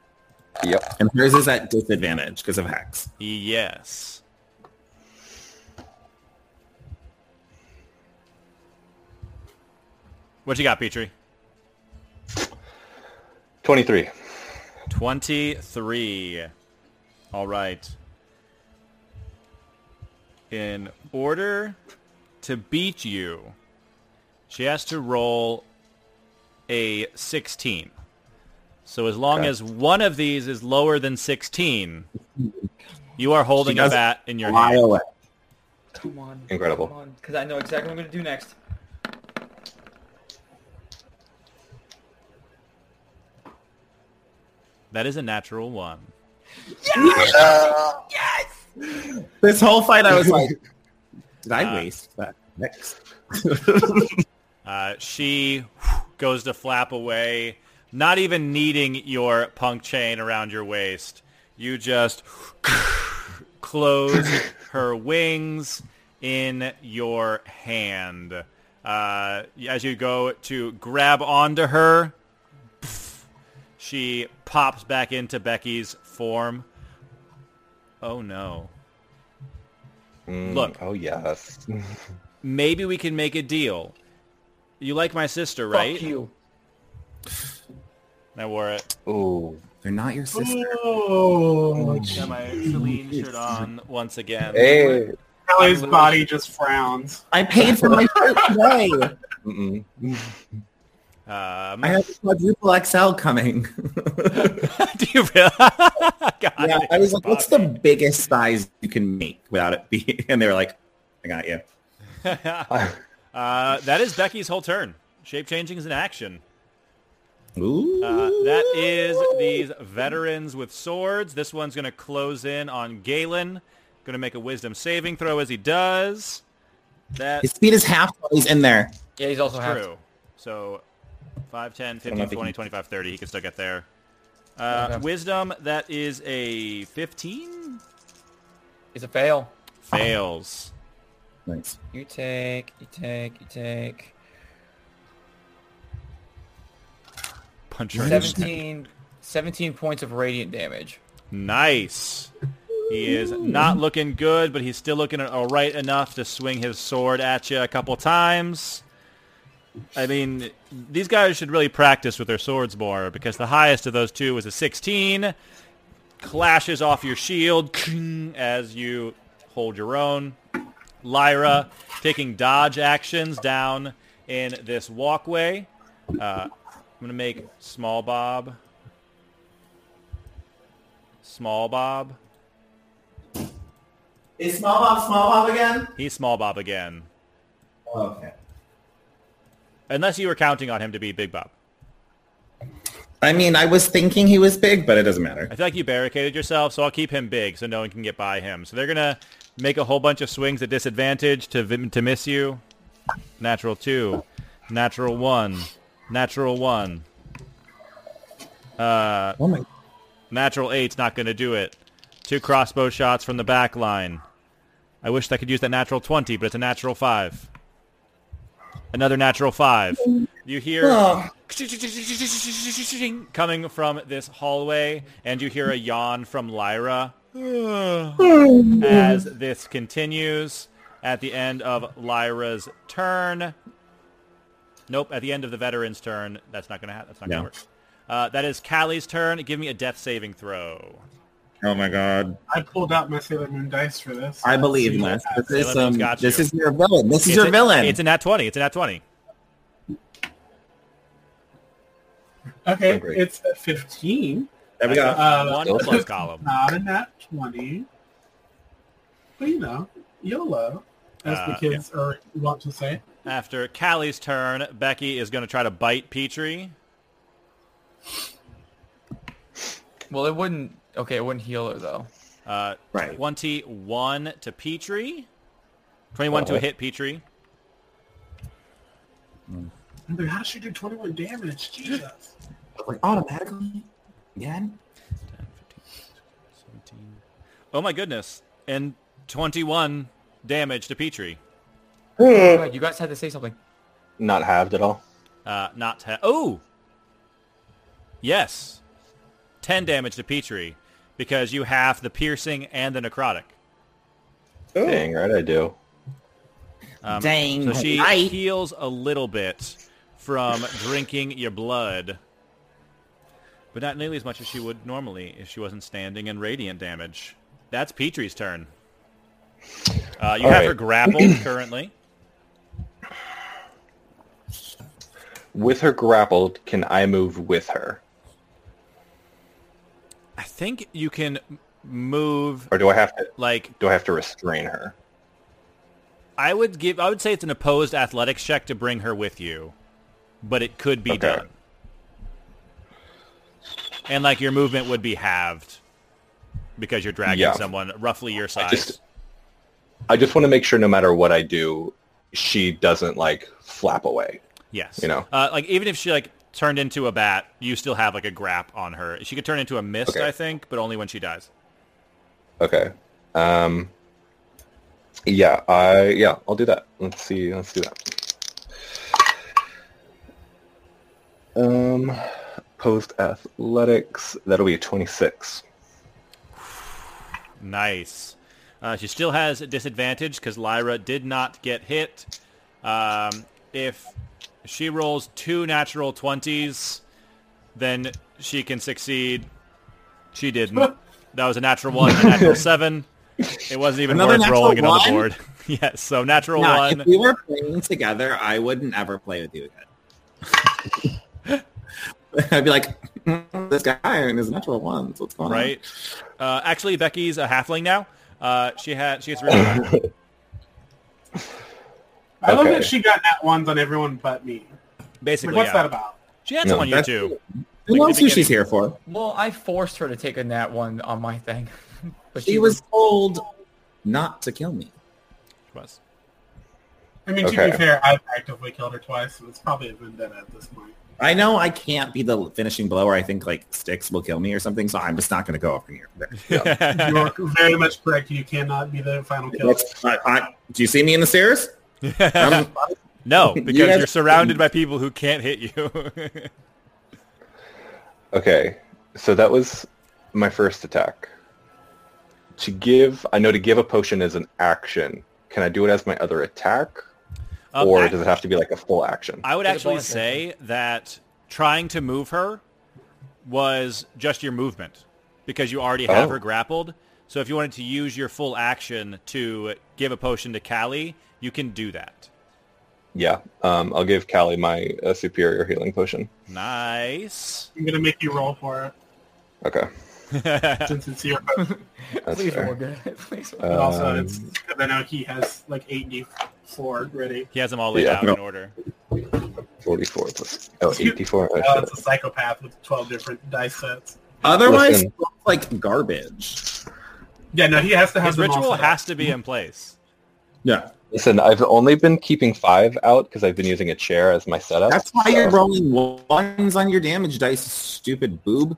Yep. And hers is at disadvantage because of hex. Yes. What you got, Petrie? Twenty-three. 23. All right. In order to beat you, she has to roll a 16. So as long Okay. as one of these is lower than 16, you are holding a doesn't bat in your Fly hand. away. Come on. Incredible. Come on, because I know exactly what I'm going to do next. That is a natural one. This whole fight, I was like, Ah. did I waste that? Next. Uh, she whew, goes to flap away, not even needing your punk chain around your waist. You just close her wings in your hand. Uh, as you go to grab onto her, she pops back into Becky's form. Oh no. Mm, Look. Oh yes. Maybe we can make a deal. You like my sister, right? Fuck you. I wore it. Ooh. They're not your sister. Oh, Got my Celine shirt on once again. Hey. Kelly's body just frowns. I paid for my shirt today. Mm-mm. Um, I have a quadruple XL coming. do you real- God, yeah, I was like, what's the biggest size you can make without it being? And they were like, I got you. uh, that is Becky's whole turn. Shape changing is an action. Ooh. Uh, that is these veterans with swords. This one's going to close in on Galen. Going to make a wisdom saving throw as he does. That His speed is half while he's in there. Yeah, he's also half. True. So 5, 10, know 15, if he 20, can- 25, 30. He can still get there. Uh, Okay. Wisdom, that is a 15? It's a fail. Fails. Nice. You take, you take, you take. Punch her in the 17, 17 points of radiant damage. Nice. He is not looking good, but he's still looking all right enough to swing his sword at you a couple times. I mean, these guys should really practice with their swords more because the highest of those two was a 16. Clashes off your shield as you hold your own. Lyra taking dodge actions down in this walkway. Uh, I'm going to make Small Bob Small Bob. Is Small Bob Small Bob again? He's Small Bob again. Oh, Okay. Unless you were counting on him to be Big Bob. I mean, I was thinking he was big, but it doesn't matter. I feel like you barricaded yourself, so I'll keep him big so no one can get by him. So they're going to make a whole bunch of swings at disadvantage to, vim- to miss you. Natural 2. Natural 1. Natural 1. Oh my. Natural 8's not going to do it. Two crossbow shots from the back line. I wish I could use that natural 20, but it's a natural 5. Another natural 5. You hear... Oh, coming from this hallway, and you hear a yawn from Lyra as this continues. at the end of Lyra's turn. Nope, at the end of the veteran's turn. That's not gonna happen. That's not gonna No. work. Uh, that is Callie's turn. Give me a death saving throw. Oh my god. I pulled out my Sailor Moon dice for this. I believe in this. This is um, got this you. is your villain. This is It's your a- villain. It's an at twenty. It's an at twenty. Okay, Oh, great. it's a 15. there we That's go. a Uh, One plus column. Not in that 20. But you know, YOLO, as Uh, the kids are want to say. After Callie's turn, Becky is gonna try to bite Petrie. Well, it wouldn't. Okay, it wouldn't heal her though. Uh, Right. 21 to Petrie. 21 to Oh. a hit Petrie. I'm like, how does she do 21 damage? Jesus. Like automatically again. 17. Oh my goodness. And 21 damage to Petrie. Go ahead, you guys had to say something. Not halved at all. Uh, not ha- oh, yes, ten damage to Petrie because you have the piercing and the necrotic. Dang right, I do. Um, Dang So she right. heals a little bit from drinking your blood, but not nearly as much as she would normally if she wasn't standing in radiant damage. That's Petrie's turn. Uh, you All have right. her grappled currently. With her grappled, can I move with her, I think you can m- move or do I have to? like Do I have to restrain her? I would give. I would say it's an opposed athletics check to bring her with you, but it could be Okay. done. And like your movement would be halved because you're dragging Yeah. someone roughly your size. just- I just want to make sure, no matter what I do, she doesn't like flap away. yes, you know. uh, like even if she like turned into a bat, you still have like a grap on her. She could turn into a mist, Okay. I think, but only when she dies. Okay. Um. Yeah. I. Yeah. I'll do that. Let's see. Let's do that. Um. Post athletics. That'll be twenty six. Nice. Uh, she still has a disadvantage because Lyra did not get hit. Um, if she rolls two natural 20s, then she can succeed. She didn't. That was a natural one, and a natural seven. It wasn't even Another worth natural rolling it on the one? board. yes, so natural Nah, one. if we were playing together, I wouldn't ever play with you again. I'd be like, "Mm, this guy and his natural ones. What's going right? Uh, actually, Becky's a halfling now. Uh, she had she gets rid of I love Okay. that she got nat ones on everyone but me. Like, basically. what's yeah. that about? She had No, someone year that's- two. on? Who Like, knows the who she's here for? Well, I forced her to take a nat one on my thing, but She was told not to kill me. Was. I mean, to Okay. be fair, I've actively killed her twice, so it's probably a vendetta at this point. I know I can't be the finishing blow or I think like sticks will kill me or something, so I'm just not going to go over here. You're very much correct. You cannot be the final kill. That's- I- I- do you see me in the stairs? Um, I'm- No, because guys- you're surrounded by people who can't hit you. Okay, so that was my first attack. To give, I know to give a potion is an action. Can I do it as my other attack, Um, or I, does it have to be like a full action? I would Get a actually bonus say that trying to move her was just your movement because you already have Oh. her grappled. So if you wanted to use your full action to give a potion to Callie, you can do that. yeah, um, I'll give Callie my uh, superior healing potion. Nice. I'm going to make you roll for it, Okay, since it's your that's Please, fair. Morgan. Please. Um, But also, it's because I know he has like 84 ready. He has them all laid Yeah. out in order. 44 plus, oh, Excuse- 84. I Uh, should- it's a psychopath with 12 different dice sets. Otherwise, Listen. it's like garbage. Yeah, no, he has to have His them all ritual set up. has to be in place. Yeah. Listen, I've only been keeping five out because I've been using a chair as my setup. That's why you're so- rolling ones on your damage dice, stupid boob.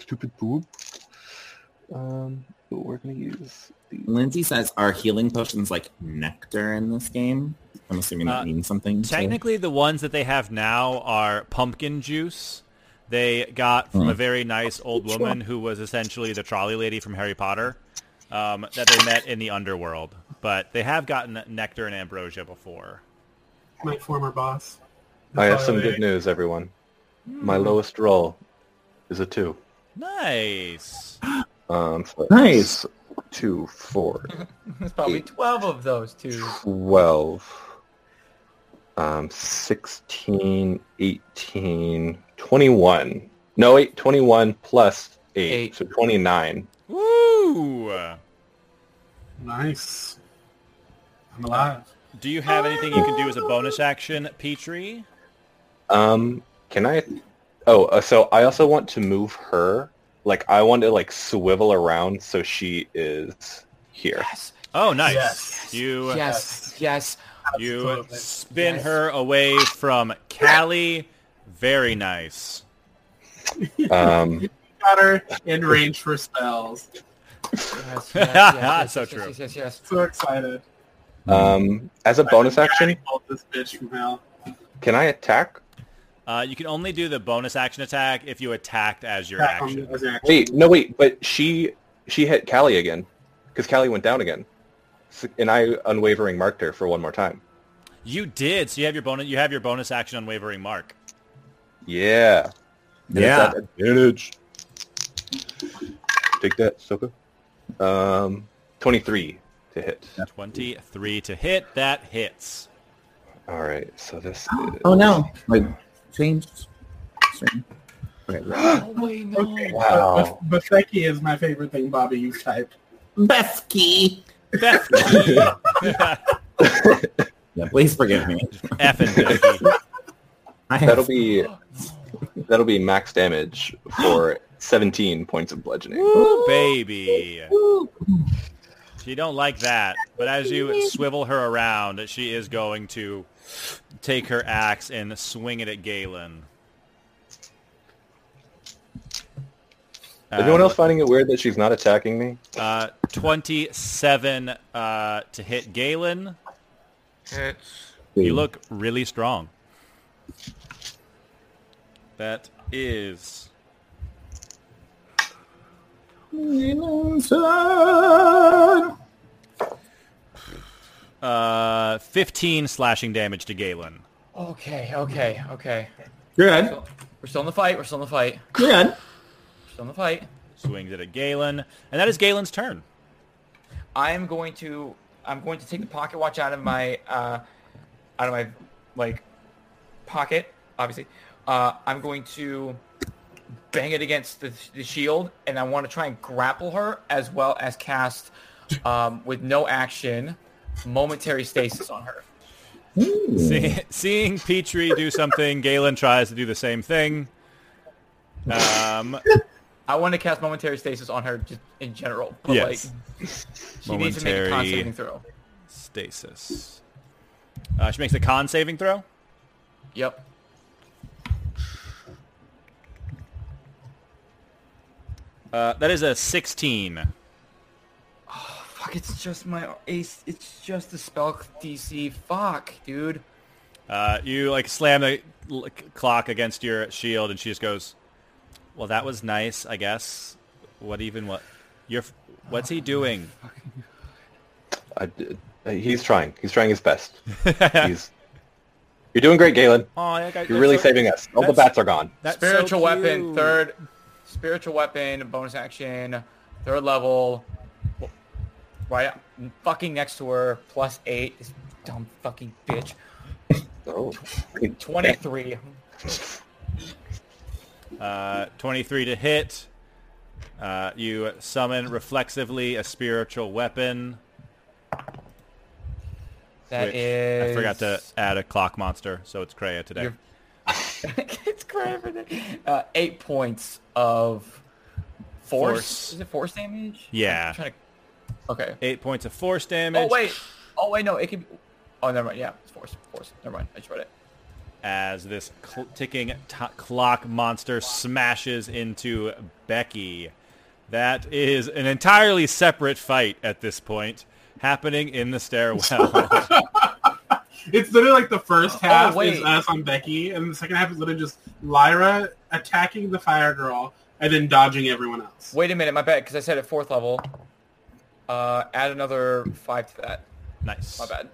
Stupid boob. Um, but we're gonna use the Lindsay says, are healing potions like nectar in this game? I'm assuming that Uh, means something. to- Technically, the ones that they have now are pumpkin juice. They got from a very nice old woman who was essentially the trolley lady from Harry Potter. um, that they met in the underworld, but they have gotten nectar and ambrosia before. My former boss. I have By some the way, good news, everyone. My Hmm. lowest roll is a two. Nice. Um, so Nice. that's Two, four, There's probably 12 of those too. 12, um, 16, 18, 21. No, wait, 21 plus 8, Eight. so 29. Woo! Nice. I'm alive. Do you have anything you can do as a bonus action, Petrie? Um, can I? Oh, uh, so I also want to move her. Like, I want to, like, swivel around so she is here. Yes, Oh, nice. Yes. You yes, yes. you Absolutely. spin Yes. her away from Callie. Very nice. Um, Got her in range for spells. Yes, yes, yes, yes, So yes, true. Yes, yes, yes. So excited. um, as a bonus action, Pulled this bitch from hell. can I attack? Uh, you can only do the bonus action attack if you attacked as your That one action. was Um, an action. Wait, no, wait, but she she hit Callie again because Callie went down again, S and I unwavering marked her for one more time. You did. So you have your bonus. You have your bonus action on wavering mark. Yeah, And it's Yeah. at advantage. Take that, Soka. Um, twenty-three to hit. Twenty-three to hit. That hits. All right, so this. Is... Oh no! Like changed. Sorry. Okay. Oh wait, no. Okay. Wow. But, but Becky is my favorite thing, Bobby, you've typed. Besky. Beth, Yeah, please forgive me. F and Becky. I That'll have, be that'll be max damage for seventeen points of bludgeoning. Ooh, baby. She don't like that. But as you swivel her around, she is going to take her axe and swing it at Galen. Is anyone else finding it weird that she's not attacking me? Uh, 27 uh, to hit Galen. Hits. You look really strong. That is uh, 15 slashing damage to Galen. Okay, okay, okay. Good. So, we're still in the fight. We're still in the fight. Good. We're still in the fight. Swings it at Galen. And that is Galen's turn. I am going to I'm going to take the pocket watch out of my uh, out of my like pocket, obviously. Uh, I'm going to bang it against the, the shield, and I want to try and grapple her as well as cast um, with no action momentary stasis on her. See, seeing Petrie do something, Galen tries to do the same thing. Um, I want to cast momentary stasis on her just in general, but yes. like she needs to make a con Momentary- saving throw. Stasis. Uh, she makes a con saving throw. Yep. Uh, that is a 16. Fuck! It's just my ace. It's just the spell DC. Fuck, dude. Uh, you like slam the l- clock against your shield, and she just goes, "Well, that was nice, I guess. What even what? You're f- what's he doing? I d uh, he's trying. He's trying his best. he's, you're doing great, Galen. Oh, I got, You're really that's so- saving us. All the that's- bats are gone. that's so spiritual weapon cute. third spiritual weapon bonus action third level right fucking next to her plus eight this dumb fucking bitch Oh, 23 Uh, 23 to hit. Uh, you summon reflexively a spiritual weapon. That which- is. I forgot to add a clock monster, so it's Kreia today. You're- it's crazy uh, eight points of force. Force. is it force damage Yeah. I'm trying to okay Eight points of force damage. oh wait oh wait no it can oh never mind yeah it's force force never mind i just read it As this cl- ticking t- clock monster smashes into Becky. That is an entirely separate fight at this point, happening in the stairwell. It's literally like the first half is wait. us on Becky, and the second half is literally just Lyra attacking the fire girl and then dodging everyone else. Wait a minute, my bad, because I said at fourth level. Uh, add another five to that. Nice. My bad.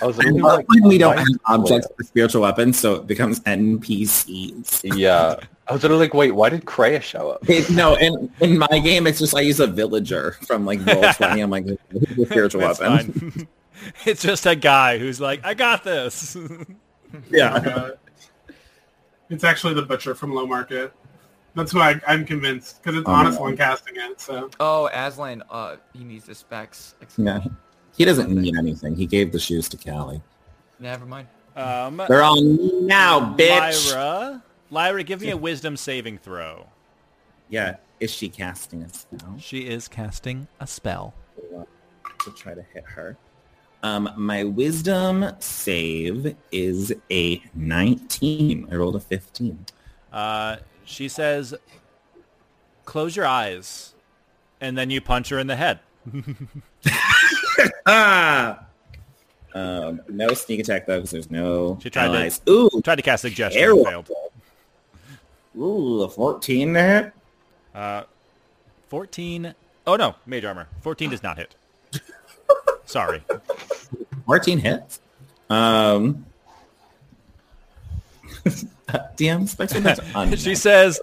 I was like, Well, like, we don't why- have objects for spiritual weapons, so it becomes NPCs. Yeah. I was literally like, wait, why did Kreia show up? It- no, in, in my game, it's just I use a villager from like roll twenty. I'm like who's the spiritual It's weapon. fine. it's just a guy who's like, I got this. Yeah, Uh, It's actually the butcher from Low Market. That's why I, I'm convinced because Um, it's Oh, honest no. one casting it. So Oh, Aslan. Uh, he needs the specs. yeah. He doesn't need anything. He gave the shoes to Callie. Never mind. Um, They're all now, bitch. Lyra, Lyra, give me a wisdom saving throw. Yeah, is she casting a spell? She is casting a spell. To try to hit her. Um, my wisdom save is a 19. I rolled a 15. Uh, she says, "Close your eyes," and then you punch her in the head. Ah. Um, no sneak attack though, because there's no She tried to- allies. Ooh, Tried to cast suggestion, and terrible. failed. Ooh, a 14 to hit. Uh, Fourteen. Oh no, mage armor. Fourteen does not hit. Sorry. 14 hits. Um, DM special dice are she unnatural. says,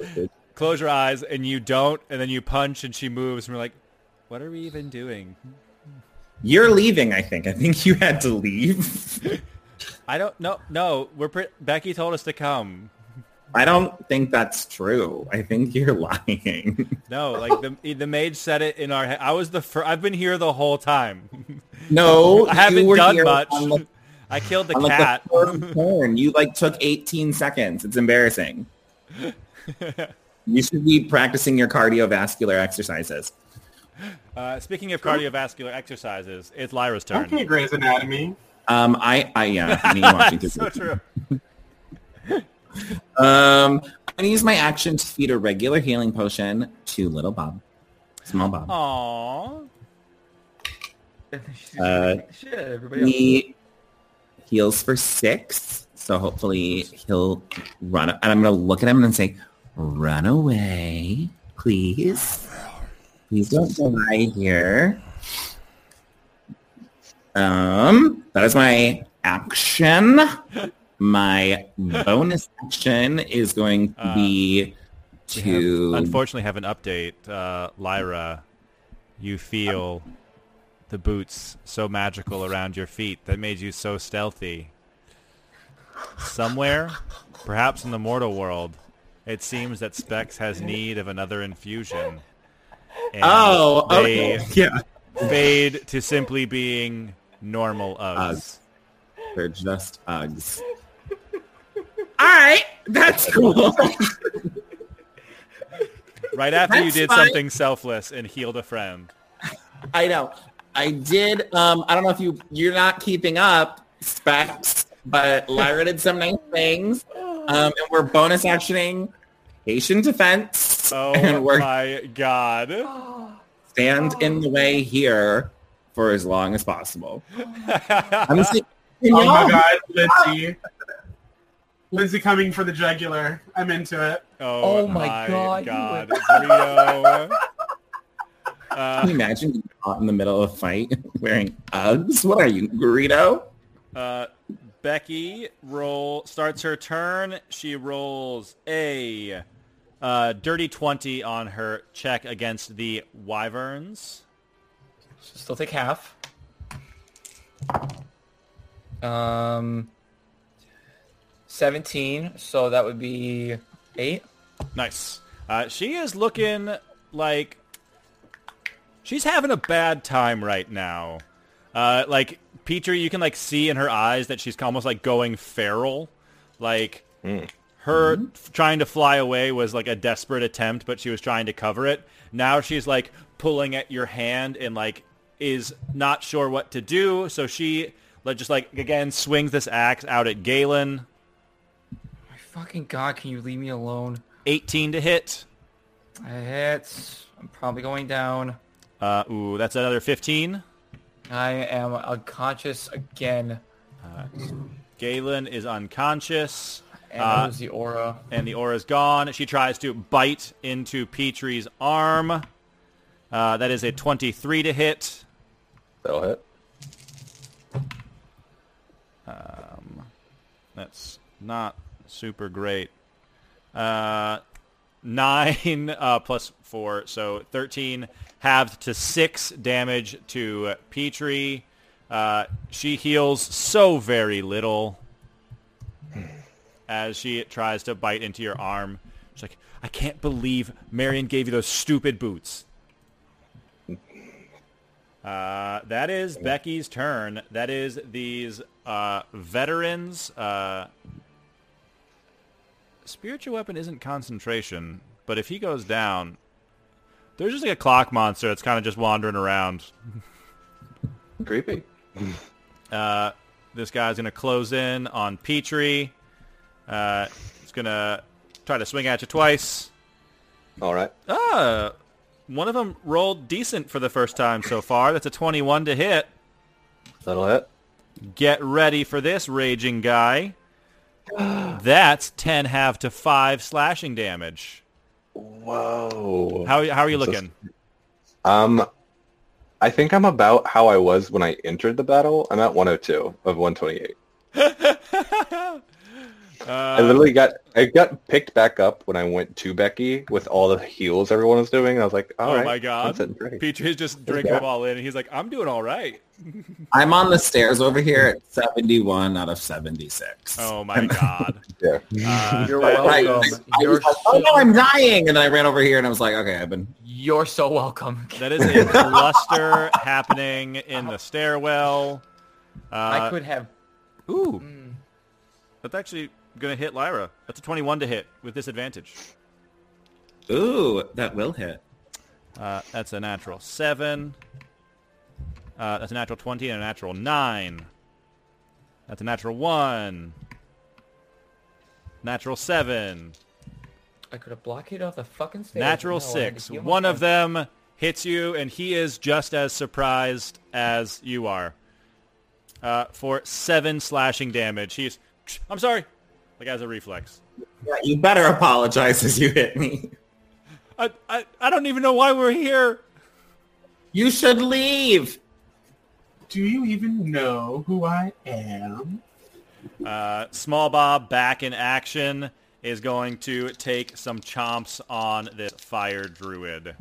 "Close your eyes," and you don't, and then you punch, and she moves, and we're like, "What are we even doing?" You're leaving, I think. I think you had to leave. I don't. No, no. We're pre- Becky told us to come. I don't think that's true. I think you're lying. No, like the the mage said it in our. head. I was the. Fir- I've been here the whole time. no, I you haven't were done here much. On like, I killed the on like cat. the first turn. You like took 18 seconds. It's embarrassing. you should be practicing your cardiovascular exercises. Uh, speaking of cardiovascular exercises, it's Lyra's turn. okay, Grey's Anatomy. Um, I, I yeah, me watching It's so true. Um, I'm gonna use my action to feed a regular healing potion to little Bob, small Bob. Aww. Uh, Shit, everybody. else. He heals for six, so hopefully he'll run. And I'm gonna look at him and say, "Run away, please. Please don't die here." Um, that is my action. My bonus action is going to be Uh, We to have- unfortunately, have an update, uh, Lyra. You feel the boots so magical around your feet that made you so stealthy. Somewhere, perhaps in the mortal world, it seems that Specs has need of another infusion. And Oh, they okay. Yeah. fade to simply being normal Uh, Uggs. They're just Uggs. All right. That's cool. Right after you That's did fine. something selfless and healed a friend. I know. I did. Um, I don't know if you, you're not keeping up, Specs, but Lyra did some nice things. Um, and we're bonus actioning Haitian defense. Oh and we're my god. stand in the way here for as long as possible. I'm just like, Oh my y'all- God, Lindsay! Lindsay coming for the jugular. I'm into it. Oh, Oh my God, you god. were- Zrio. Can Uh, you imagine being caught in the middle of a fight wearing Uggs? What are you, Greedo? uh, Becky roll starts her turn. She rolls a uh, dirty 20 on her check against the Wyverns. Still take half. Um, seventeen. So that would be eight. Nice. Uh, she is looking like she's having a bad time right now. Uh, like Petrie, you can like see in her eyes that she's almost like going feral. Like her f- trying to fly away was like a desperate attempt, but she was trying to cover it. Now she's like pulling at your hand and like is not sure what to do. So she like just like again swings this axe out at Galen. My fucking god! Can you leave me alone? 18 to hit. I hit. I'm probably going down. Uh, ooh, that's another 15. I am unconscious again. Galen is unconscious, And Uh, lose the aura. and the aura's gone. She tries to bite into Petrie's arm. Uh, that is a 23 to hit. That'll hit. That's not super great. Uh, nine uh, plus four, so 13 halved to six damage to Petrie. Uh, she heals so very little as she tries to bite into your arm. She's like, I can't believe Marion gave you those stupid boots. Uh, that is Becky's turn. That is these uh, veterans. Uh, spiritual weapon isn't concentration, but if he goes down, there's just like a clock monster that's kind of just wandering around. Creepy. Uh, this guy's gonna close in on Petrie. Uh, he's gonna try to swing at you twice. All right. Oh. Ah, one of them rolled decent for the first time so far. That's a 21 to hit. That'll hit. Get ready for this raging guy. That's 10 half to 5 slashing damage. Whoa. How, how are you That's a- looking? Um, I think I'm about how I was when I entered the battle. I'm at 102 of 128. I literally got I got picked back up when I went to Becky with all the heals everyone was doing. and I was like, all oh my right, I'm sitting god. pretty. Petrie's just drinking bad. them all in and he's like, I'm doing all right. I'm on the stairs over here at 71 out of 76. Oh my god. Yeah. Uh, You're Right. welcome. I You're was like, oh no, I'm dying, and then I ran over here and I was like, okay, I've been. You're so welcome. that is a cluster happening in the stairwell. Uh, I could have. Ooh, mm, that's actually going to hit Lyra. That's a 21 to hit with disadvantage. Ooh, that will hit. Uh, that's a natural seven. Uh, that's a natural twenty and a natural nine. That's a natural one. Natural seven. I could have blockaded off the fucking stage. natural No, I had to six. heal One my of them hits you, and he is just as surprised as you are. Uh, for seven slashing damage. He's. I'm sorry. Like as a reflex. Yeah, you better apologize as you hit me. I, I I don't even know why we're here. You should leave. Do you even know who I am? Uh, Small Bob back in action is going to take some chomps on this fire druid.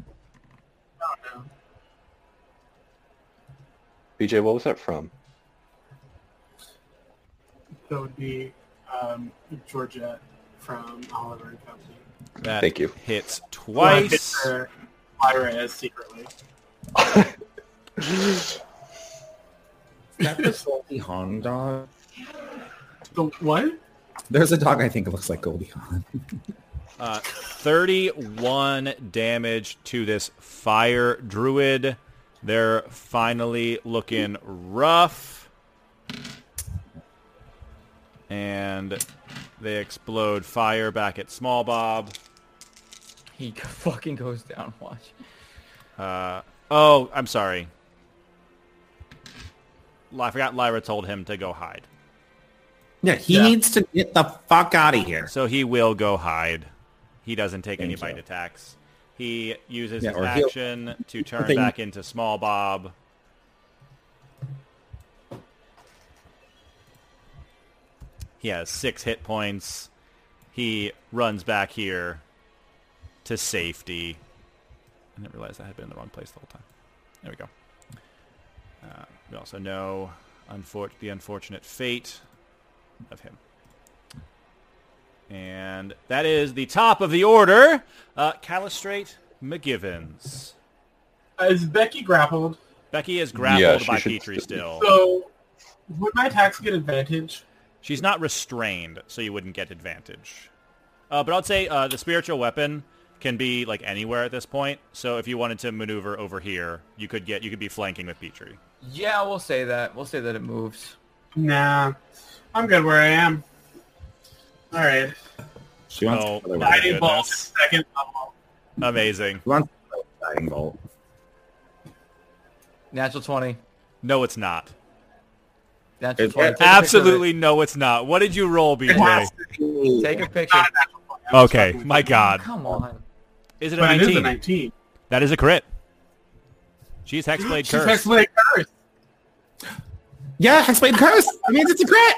BJ, what was that from? That would be um, Georgette from Oliver and Company. That Thank you. Hits Who I hit twice. her- Lyra is secretly. That looks like Goldie Hawn dog. The what? There's a dog I think looks like Goldie Hawn. Uh, 31 damage to this fire druid. They're finally looking rough. And they explode fire back at Small Bob. He fucking goes down. Watch. Uh, oh, I'm sorry. Li- I forgot Lyra told him to go hide. Yeah, he needs to get the fuck out of here. So he will go hide. He doesn't take any Thank bite you. attacks. He uses Yeah, his or he'll- action to turn Thing. back into Small Bob. He has six hit points. He runs back here to safety. I didn't realize I had been in the wrong place the whole time. There we go. Uh, we also know unfor- the unfortunate fate of him. And that is the top of the order. Uh, Calistrate McGivens. Is Becky grappled? Becky is grappled Yeah, she by should- Petrie still. So would my attacks get advantage? She's not restrained, so you wouldn't get advantage. Uh, but I'd say uh, the spiritual weapon can be like anywhere at this point. So if you wanted to maneuver over here, you could get you could be flanking with Petrie. Yeah, we'll say that. We'll say that it moves. Nah. I'm good where I am. All right. She wants Oh, another my one. Guiding bolt, goodness. second level. Amazing. She wants another guiding bolt. Natural twenty. No, it's not. Natural It's- twenty. Take a picture of it. Absolutely no, it's not. What did you roll, BJ? Wow. Take a picture. Okay, my Oh, God, Come on. is it a But it is a nineteen? 19. That is a crit. She's Hexblade She's Curse. Hexblade Curse. Yeah, Hexblade Curse. That means it's a crit.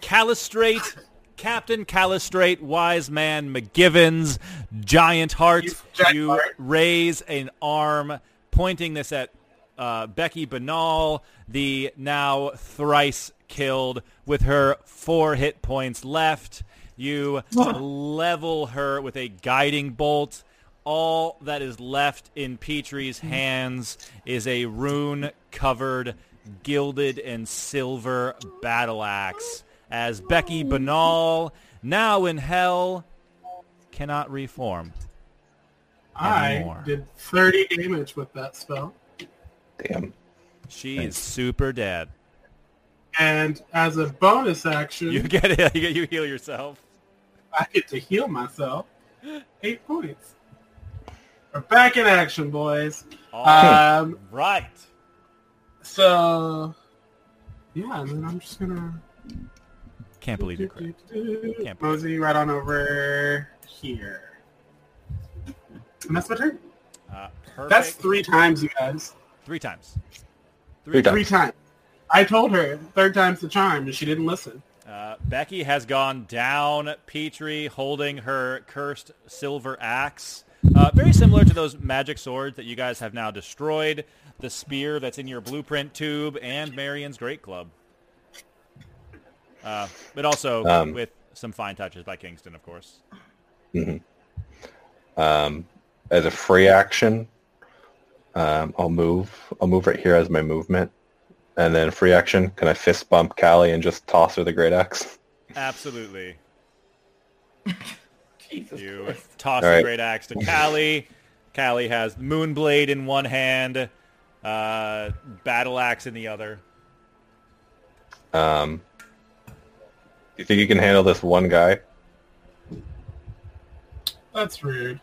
Calistrate, Captain Calistrate, Wise Man McGivens, Giant Heart. Yes, Giant you Heart. raise an arm, pointing this at uh, Becky Banal, the now thrice killed, with her four hit points left. You level her with a guiding bolt. All that is left in Petrie's hands is a rune-covered, gilded and silver battle axe. As Becky Banal, now in hell, cannot reform. I Anymore. did 30 damage with that spell. Damn. She is super dead. And as a bonus action, You get it. You, get- you heal yourself. I get to heal myself. Eight points. We're back in action, boys. All Um, right. so, yeah, and then I'm just gonna Can't believe you crit. Can't be. mosey right on over here. And that's my turn. Uh, perfect. That's three times, you guys. three times. Three Three times. times. I told her third time's the charm, and she didn't listen. Uh, Becky has gone down. Petrie holding her cursed silver axe. Uh, very similar to those magic swords that you guys have now destroyed. The spear that's in your blueprint tube and Marion's great club. Uh, but also Um, with some fine touches by Kingston, of course. Um, as a free action, um, I'll move. I'll move right here as my movement, and then free action. Can I fist bump Callie and just toss her the great axe? Absolutely. Jesus You Christ. toss All the right. great axe to Callie. Callie has Moonblade in one hand, uh, Battle Axe in the other. Um, you think you can handle this one guy? That's rude.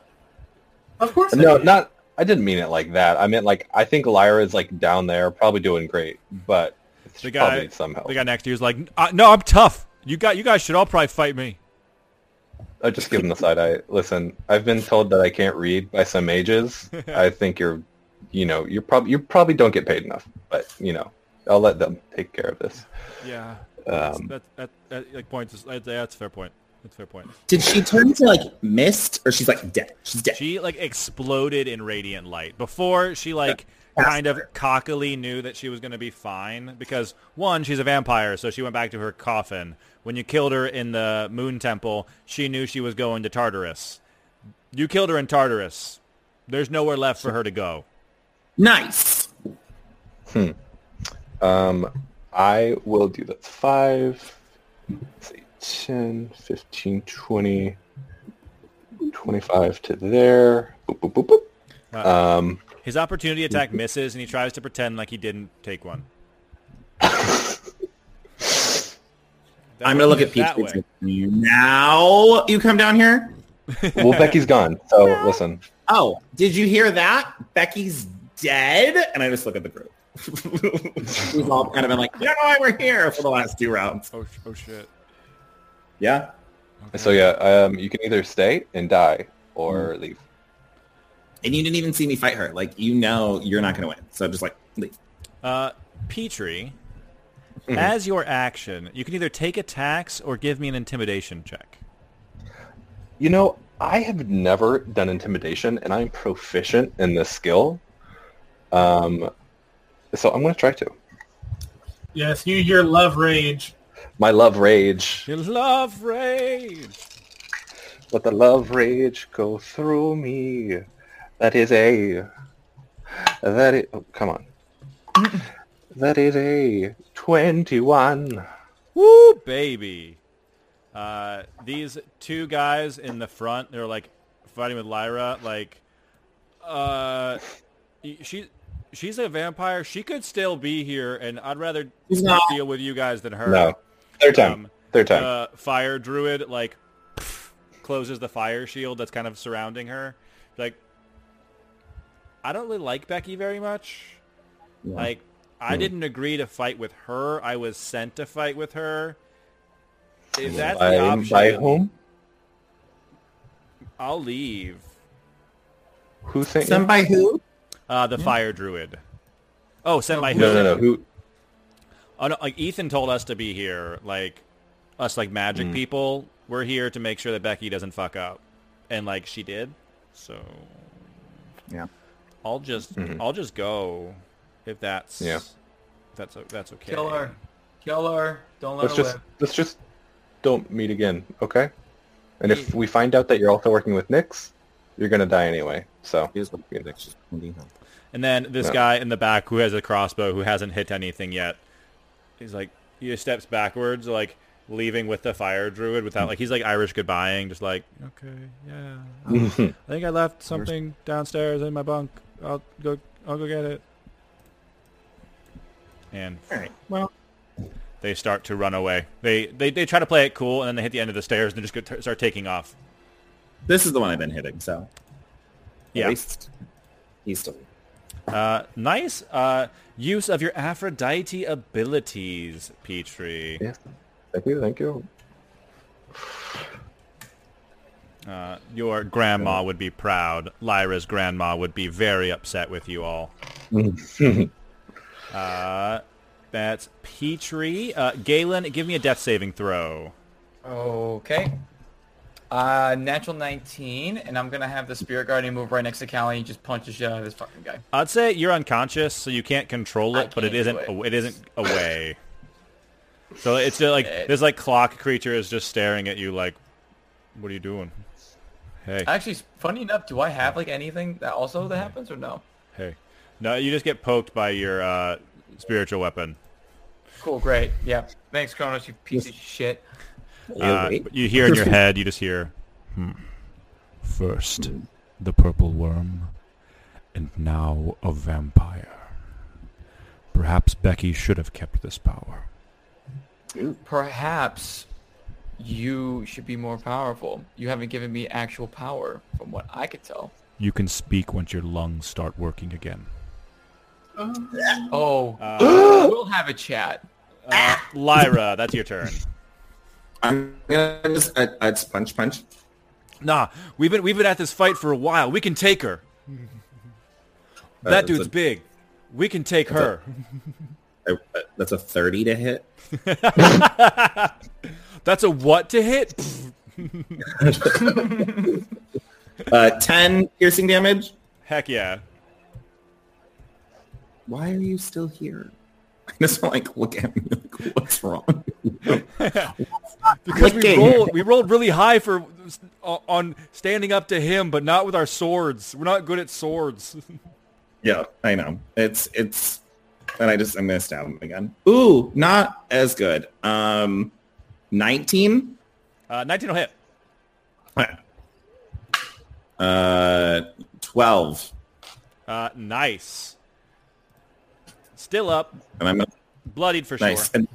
Of course. I No, did. not. I didn't mean it like that. I meant like I think Lyra is like down there, probably doing great, but The she guy- probably needs some help. The guy next to you is like, "Uh, "No, I'm tough. You got, you guys should all probably fight me." I Uh, just give him the side eye. Listen, I've been told that I can't read by some mages. I think you're, you know, you're probably you probably don't get paid enough, but you know, I'll let them take care of this. Yeah, Um, that, that, that like points. is- that- That's a fair point. That's a fair point. Did she turn to like mist, or she's like dead? She's dead. She like exploded in radiant light. Before she like kind of cockily knew that she was going to be fine because one, she's a vampire, so she went back to her coffin. When you killed her in the moon temple, she knew she was going to Tartarus. You killed her in Tartarus. There's nowhere left for her to go. nice. um, I will do that. Five, let's see, 10, 15, 20, 25 to there. Boop, boop, boop, boop. Um, His opportunity attack Mm-hmm. misses, and he tries to pretend like he didn't take one. That I'm gonna look at way. That Peach. way. Now you come down here. well, Becky's gone, so listen. Oh, did you hear that? Becky's dead. And I just look at the group. We've all kind of been like, you don't know why we're here for the last two rounds. Oh, sh- oh shit. Yeah. So yeah, um, you can either stay and die or leave. And you didn't even see me fight her. Like, you know you're not going to win. So just like, leave. Uh, Petrie, Mm-hmm. as your action, you can either take attacks or give me an intimidation check. You know, I have never done intimidation, and I'm proficient in this skill. Um, so I'm going to try to. Yes, you your love rage. My love rage, Your love rage. let the love rage go through me. That is a. That is. Oh, come on. That is a twenty-one. Woo, baby. Uh, these two guys in the front, they're like fighting with Lyra. Like, uh, she, she's a vampire. She could still be here, and I'd rather She's not. deal with you guys than her. No, third time. Um, third time. The fire druid like closes the fire shield that's kind of surrounding her. Like, I don't really like Becky very much. Like, Hmm. I didn't agree to fight with her. I was sent to fight with her. If that's the by, option, by whom? I'll leave. Who sent you? Somebody who? Uh, the fire druid. Oh, sent by who? No, no, no. Who? Oh, no, like Ethan told us to be here. Like us, like Mm. magic people. We're here to make sure that Becky doesn't fuck up, and like she did. So Yeah. I'll just I'll just go if that's Mm-hmm. Yeah. if that's o- that's okay. Kill her. Kill her. Don't let Let's her just live. let's just don't meet again, okay? And if we find out that you're also working with Nyx, you're gonna die anyway. So Here's what the addiction And then this Yeah. guy in the back who has a crossbow who hasn't hit anything yet, he's like he just steps backwards, like leaving with the fire druid Mm. without like he's like Irish goodbying, just like okay, yeah. Um, I think I left something downstairs in my bunk. I'll go. I'll go get it. And Well, they start to run away. They they they try to play it cool, and then they hit the end of the stairs and they just go t- start taking off. this is the one I've been hitting, so Yeah. at least he's still. Uh, nice uh, use of your Aphrodite abilities, Petrie. yeah. Thank you, thank you. Uh, your grandma would be proud. Lyra's grandma would be very upset with you all. uh, that's Petrie. Uh, Galen, give me a death saving throw. Okay. Uh, natural 19, and I'm gonna have the spirit guardian move right next to Callie and just punch the shit out of this fucking guy. I'd say you're unconscious, so you can't control I it, but it can't isn't do it isn't away. so it's just like this like clock creature is just staring at you like, what are you doing? Hey, Actually, funny enough, do I have like anything that also that happens or no? hey. No, you just get poked by your uh, spiritual weapon. Cool, great. Yeah. Thanks, Kronos, you piece of shit. Uh, but you hear in your head, you just hear. Hmm. First, the purple worm, and now a vampire. Perhaps Becky should have kept this power. Perhaps you should be more powerful. You haven't given me actual power, from what I could tell. You can speak once your lungs start working again. Oh, we'll have a chat. Lyra, that's your turn. I'm gonna just I, I'd punch punch. Nah, we've been we've been at this fight for a while. We can take her. That it's dude's a- big. We can take her. I, uh, that's a thirty to hit. That's a what to hit? Pfft, Uh, ten piercing damage. Heck yeah. Why are you still here? I just like look at me like what's wrong? Because we Licking. rolled, we rolled really high for uh, on standing up to him, but not with our swords. We're not good at swords. Yeah, I know. It's it's and I just I'm gonna stab him again. Ooh, not as good. Um nineteen? Uh, 19 will hit. Uh twelve. Uh, nice. Still up, And I'm bloodied for nice. sure. And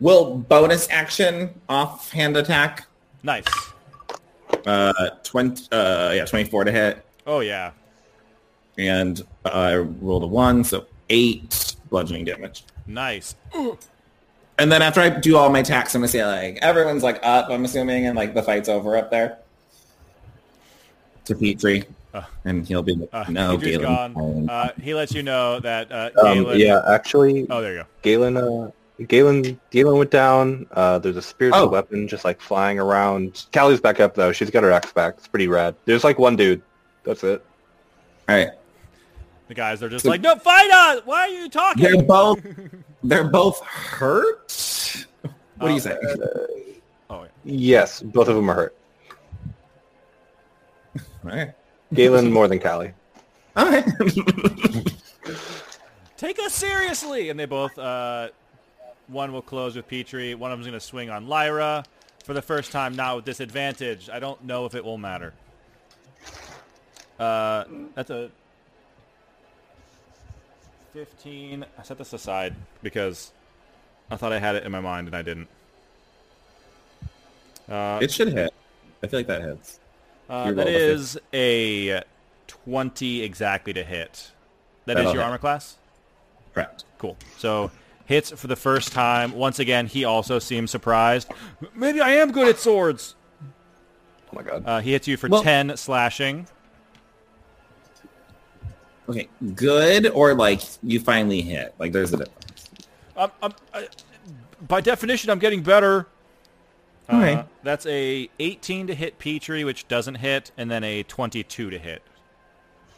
will bonus action offhand attack. Nice. Uh twenty uh yeah, twenty four to hit. Oh yeah. And I rolled a one, so eight bludgeoning damage. Nice. And then after I do all my attacks, I'm gonna say like everyone's like up, I'm assuming, and like the fight's over up there. To Petrie. and he'll be like, Uh, no, Adrian's Galen. Um, gone. Uh, he lets you know that uh, Um, Galen. yeah, actually, Oh, there you go. Galen, uh, Galen, Galen went down. Uh, there's a spiritual Oh. weapon just like flying around. Callie's back up though. She's got her axe back. It's pretty rad. There's like one dude. That's it. all right. The guys are just like, no, fight us! Why are you talking? They're both they're both hurt. What Uh, do you say? Oh, yeah. Yes, both of them are hurt. All right. Galen more than Callie. All right. Take us seriously! And they both, uh, one will close with Petrie. One of them's going to swing on Lyra for the first time now with disadvantage. I don't know if it will matter. Uh, that's a 15. I set this aside because I thought I had it in my mind and I didn't. Uh, it should hit. I feel like that hits. Uh, You that rolled a is a 20 exactly to hit. That is That'll your hit. armor class? Correct. Cool. So hits for the first time. Once again, he also seems surprised. Maybe I am good at swords. Oh my god. Uh, he hits you for Well- 10 slashing. Okay, good or like you finally hit. Like there's a difference. I'm, I'm, I, Um, uh, by definition, I'm getting better. Okay. Uh, that's a 18 to hit Petrie, which doesn't hit, and then a 22 to hit.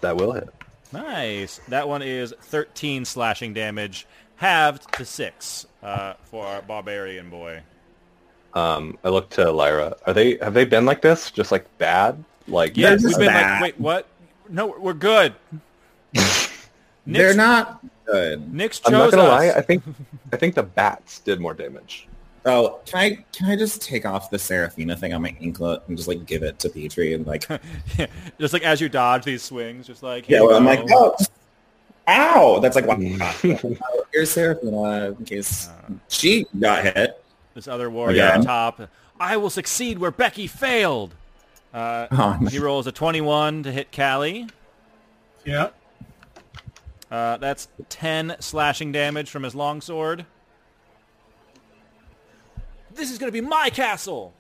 That will hit. Nice. That one is 13 slashing damage, halved to 6 uh, for our barbarian boy. Um, I look to Lyra. Are they? Have they been like this? Just like bad? Like Yeah, just we've been like, bad. wait, what? No, we're good. They're Nick's, not good. Nick's I'm not chose gonna us. lie. I think I think the bats did more damage. Oh, can I can I just take off the Seraphina thing on my anklet and just like give it to Petrie and like just like as you dodge these swings, just like Yeah, here well, I'm you like, go. oh, ow! That's like, wow. Here's Seraphina in case she got hit. this other warrior on Again. top. I will succeed where Becky failed. Uh, Oh, no. he rolls a 21 to hit Callie. Yep. Uh, that's 10 slashing damage from his longsword. This is going to be my castle.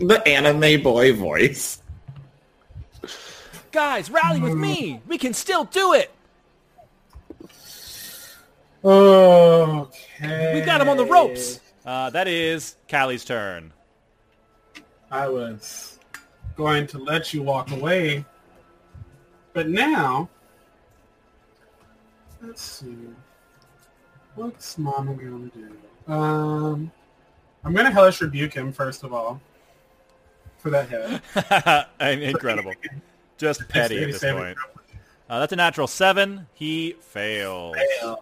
The anime boy voice. Guys, rally with me. We can still do it. Okay. We've got him on the ropes. Uh, that is Callie's turn. I was going to let you walk away, but now, let's see. What's Mama gonna do? Um, I'm gonna hellish rebuke him first of all for that hit. And Incredible. Just petty at this Saving point. Uh, that's a natural 7. He fails. throw.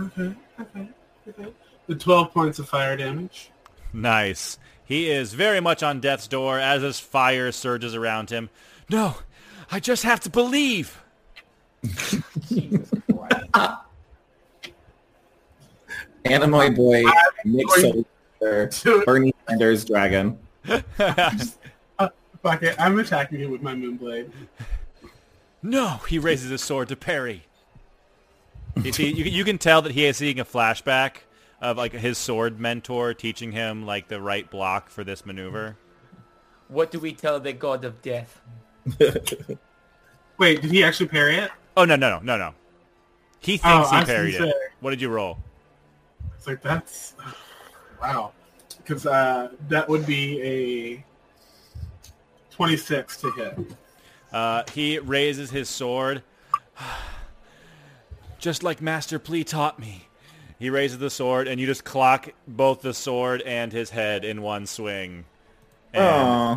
Okay, okay, okay. The 12 points of fire damage. Nice. He is very much on death's door as his fire surges around him. No, I just have to believe. Anime boy, Nick going Soldier, Bernie Sanders dragon. Fuck it, I'm attacking you with my moonblade. No, he raises his sword to parry. You, see, you, you can tell that he is seeing a flashback of like his sword mentor teaching him like the right block for this maneuver. What do we tell the god of death? Wait, did he actually parry it? Oh no no no no no! He Oh, thinks I he was gonna parried say. it. What did you roll? It's like, that's... Wow. Because uh, that would be a 26 to hit. Uh, he raises his sword, just like Master Plea taught me. He raises the sword, and you just clock both the sword and his head in one swing. And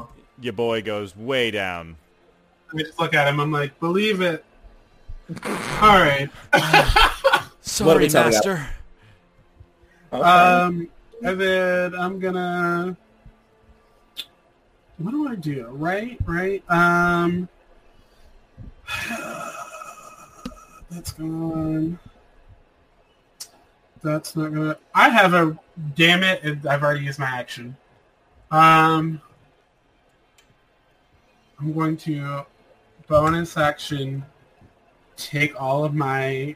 Oh, your boy goes way down. I just look at him, I'm like, believe it. All right. What are Sorry, we talking about? Master. Uh, Um, and then I'm gonna. What do I do? Right, right. Um, that's gone. That's not gonna. I have a. Damn it! and I've already used my action. Um, I'm going to bonus action take all of my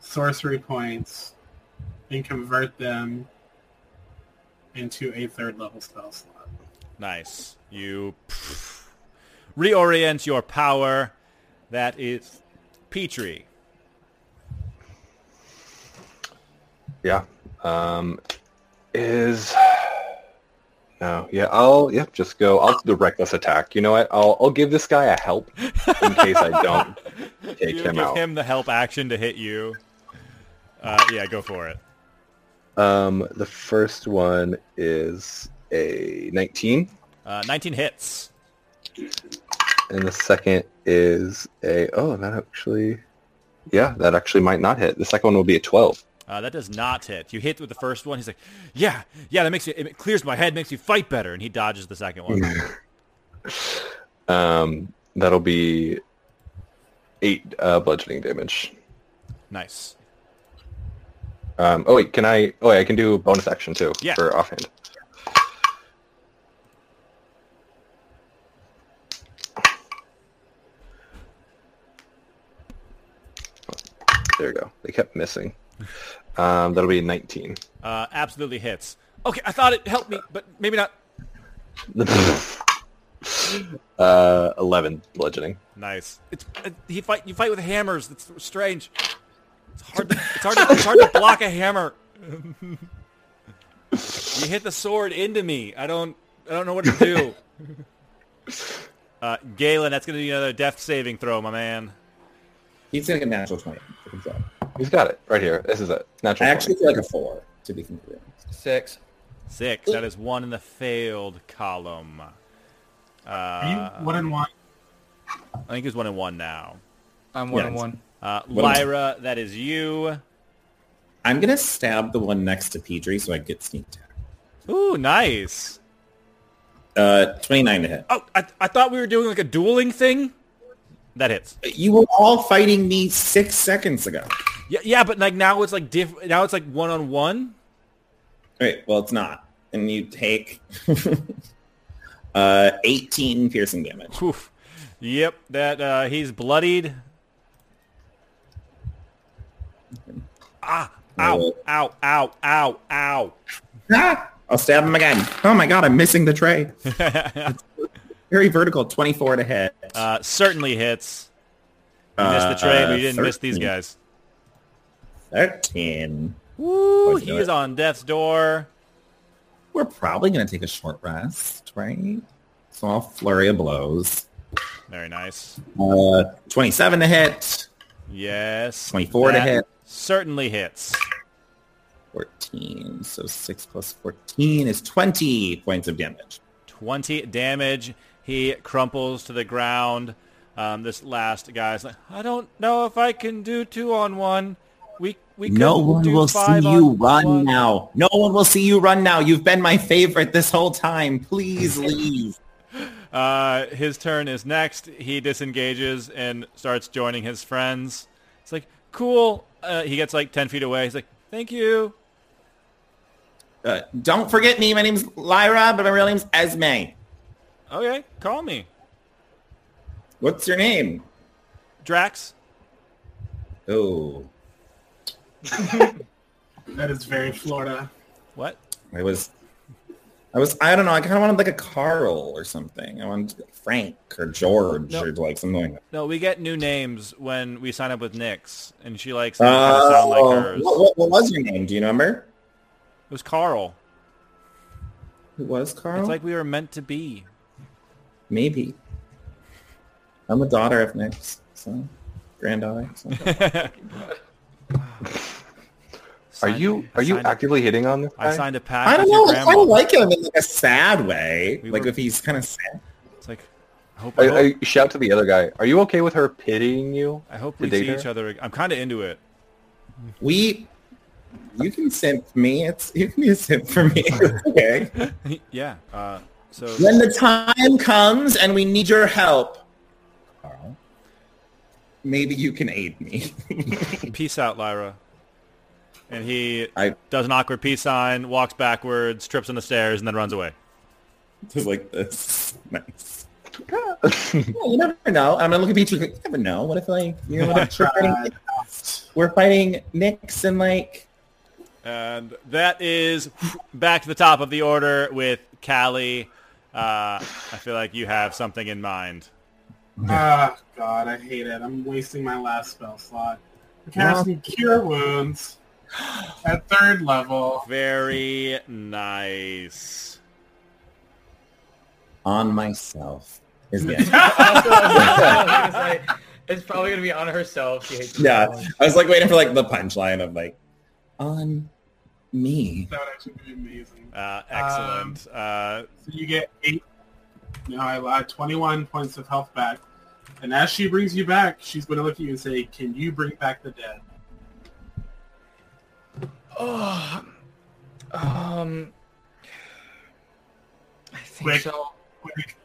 sorcery points and convert them into a third level spell slot. Nice. You pff, reorient your power. That is Petrie. Yeah. Um, is no. Yeah. I'll. Yep. Just go. I'll do the reckless attack. You know what? I'll. I'll give this guy a help in case I don't take you him give out. him the help action to hit you. Uh, yeah, go for it. Um, the first one is a 19, Uh, 19 hits. and the second is a. Oh, that actually. Yeah, that actually might not hit. The second one will be a 12. Uh, that does not hit. You hit with the first one. He's like, yeah, yeah, that makes you, it clears my head, makes you fight better. And he dodges the second one. Um, that'll be eight uh, bludgeoning damage. nice. Um, oh wait, can I? Oh, wait, I can do bonus action too Yeah. for offhand. There we go. They kept missing. Um, that'll be 19. Uh, absolutely hits. Okay, I thought it helped me, but maybe not. uh, eleven bludgeoning. Nice. It's uh, he fight. You fight with hammers. It's strange. It's hard. To, it's hard. To, it's hard to block a hammer. you hit the sword into me. I don't. I don't know what to do. Uh, Galen, that's gonna be another death saving throw, my man. He's going to get natural 20. if he's up. He's got it right here. This is a I natural. actually 20. feel like a four, to be completely honest. Six. Six. That is one in the failed column. Are you one and one? I think he's one and one now. I'm one Yeah, and it's- one. Uh, One and Lyra, that is you. I'm going to stab the one next to Pedri so I get sneak attack. Ooh, nice. Uh, 29 to hit. Oh, I, I thought we were doing like a dueling thing. That hits. You were all fighting me six seconds ago. Yeah, yeah, but like now it's like diff. Now it's like one on one. Wait, well, it's not. And you take uh, 18 piercing damage. Oof. Yep. That uh, he's bloodied. Ah. Ow. Ow. Ow. Ow. Ow. Ah! I'll stab him again. Oh my god, I'm missing the tray. Very vertical, 24 to hit. Uh, certainly hits. You missed the trade, but you didn't miss these 13. guys. Uh, 13. Woo! Poison it. He's on death's door. We're probably going to take a short rest, right? Small flurry of blows. Very nice. Uh, 27 to hit, Yes. 24 to that hit. Certainly hits. 14. So 6 plus 14 is 20 points of damage. 20 damage. He crumples to the ground. Um, this last guy's like, I don't know if I can do two on one. We we No could one do will see five you on run one." now. No one will see you run now. You've been my favorite this whole time. Please leave. Uh, his turn is next. He disengages and starts joining his friends. It's like cool. Uh, he gets like 10 feet away. He's like, thank you. Uh, don't forget me. My name's Lyra, but my real name's Esme. Okay, call me. What's your name? Drax, Oh, That is very Florida. what? I was, I was, I don't know. I kind of wanted like a Carl or something. I wanted like, Frank or George No. or like something like that. No, we get new names when we sign up with Nyx, and she likes them kind of sound Oh, like hers. what, what, what was your name? Do you remember? It was Carl. Who was Carl? It's like we were meant to be. maybe. I'm a daughter of Nick's, so granddaughter. So. Are Signed- you I are you signed a- actively hitting on this guy? I signed a pact I don't with your know. I kind grandma. of like him in like a sad way. We like were- if he's kind of sad. It's like, I hope, I, I, hope, I shout to the other guy. Are you okay with her pitying you? I hope to we date see her? each other. ag- I'm kind of into it. We, you can simp me. It's you can be a simp for me. It's okay. yeah. Uh, so When the time comes and we need your help, Carl, maybe you can aid me. peace out, Lyra. And he I does an awkward peace sign, walks backwards, trips on the stairs, and then runs away. just like this. Nice. Yeah, you never know. I'm gonna look at Peach. Like, you never know. What if like you know, what if we're fighting, we're fighting Nyx and like And that is back to the top of the order with Callie. Uh, I feel like you have something in mind. Ah, God, I hate it. I'm wasting my last spell slot. I'm casting Cure Wounds at third level. Very nice. on myself is the it's probably gonna be on herself. She hates Yeah, I was like waiting for like the punchline of like on me. That would actually be amazing. Uh, excellent. uh, So you get eight. No, I lied. Twenty-one points of health back. And as she brings you back, she's going to look at you and say, "Can you bring back the dead?" Oh, um, I think Quick. so. Quick.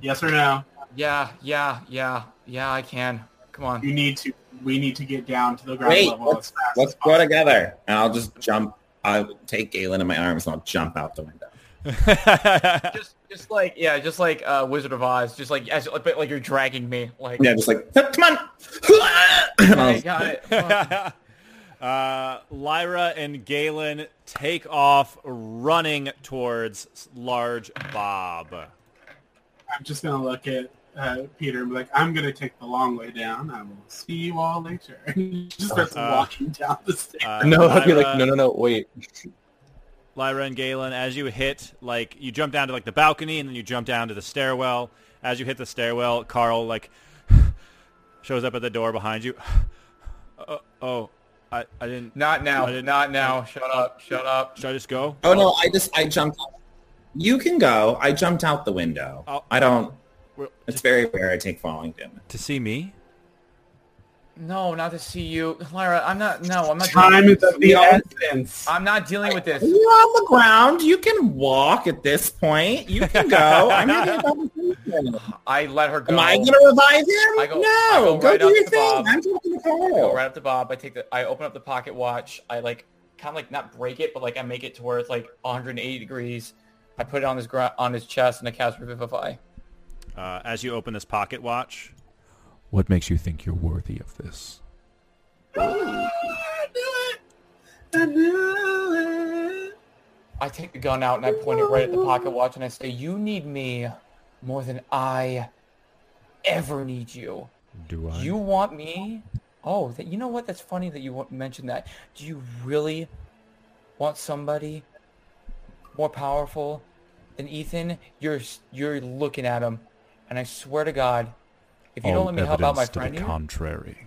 Yes or no? Yeah, yeah, yeah, yeah. I can. Come on. You need to. We need to get down to the ground Wait, level as let's, fast let's as go possible. together, and I'll just jump. I'll take Galen in my arms, and I'll jump out the window. Just, just like yeah, just like uh, Wizard of Oz. Just like as, but like you're dragging me. Like Yeah, just like "Hup, come on. And I'll- I got it. Fuck. Uh, Lyra and Galen take off running towards large Bob. Uh, I'm just gonna look at uh, Peter and be like, "I'm gonna take the long way down. I will see you all later." And just starts walking down the stairs. Uh, No, I'd be Lyra- like, no, no, no, wait. Lyra and Galen, as you hit, like, you jump down to, like, the balcony, and then you jump down to the stairwell. As you hit the stairwell, Carl, like, shows up at the door behind you. oh, oh, I, I didn't... Not now. I didn't- Not now. Shut up. Shut up. Should I just go? Oh no, I just I jumped. You can go. I jumped out the window. Oh. I don't. Well, It's very rare I take falling damage. To see me? No, not to see you, Lyra. I'm not. No, I'm not. Time dealing is with this. of the essence. I'm not dealing with this. You're on the ground. You can walk at this point. You can go. I'm not gonna go with you. I let her go. Am I going to revive him? I go- no, I go go, right do up your to thing. Bob. I'm talking to Carl. go right up to Bob. I take the. I open up the pocket watch. I like kind of like not break it, but like I make it to where it's like 180 degrees. I put it on his gr- on his chest and I cast Revivify. Uh, as you open this pocket watch, What makes you think you're worthy of this? I take the gun out and I point it right at the pocket watch and I say, "You need me more than I ever need you. Do I? You want me? Oh, that, you know what? That's funny that you wa- mentioned that. Do you really want somebody more powerful than Ethan? You're s- you're looking at him, and I swear to God, if you All don't let me help out my evidence to the friend, here, contrary.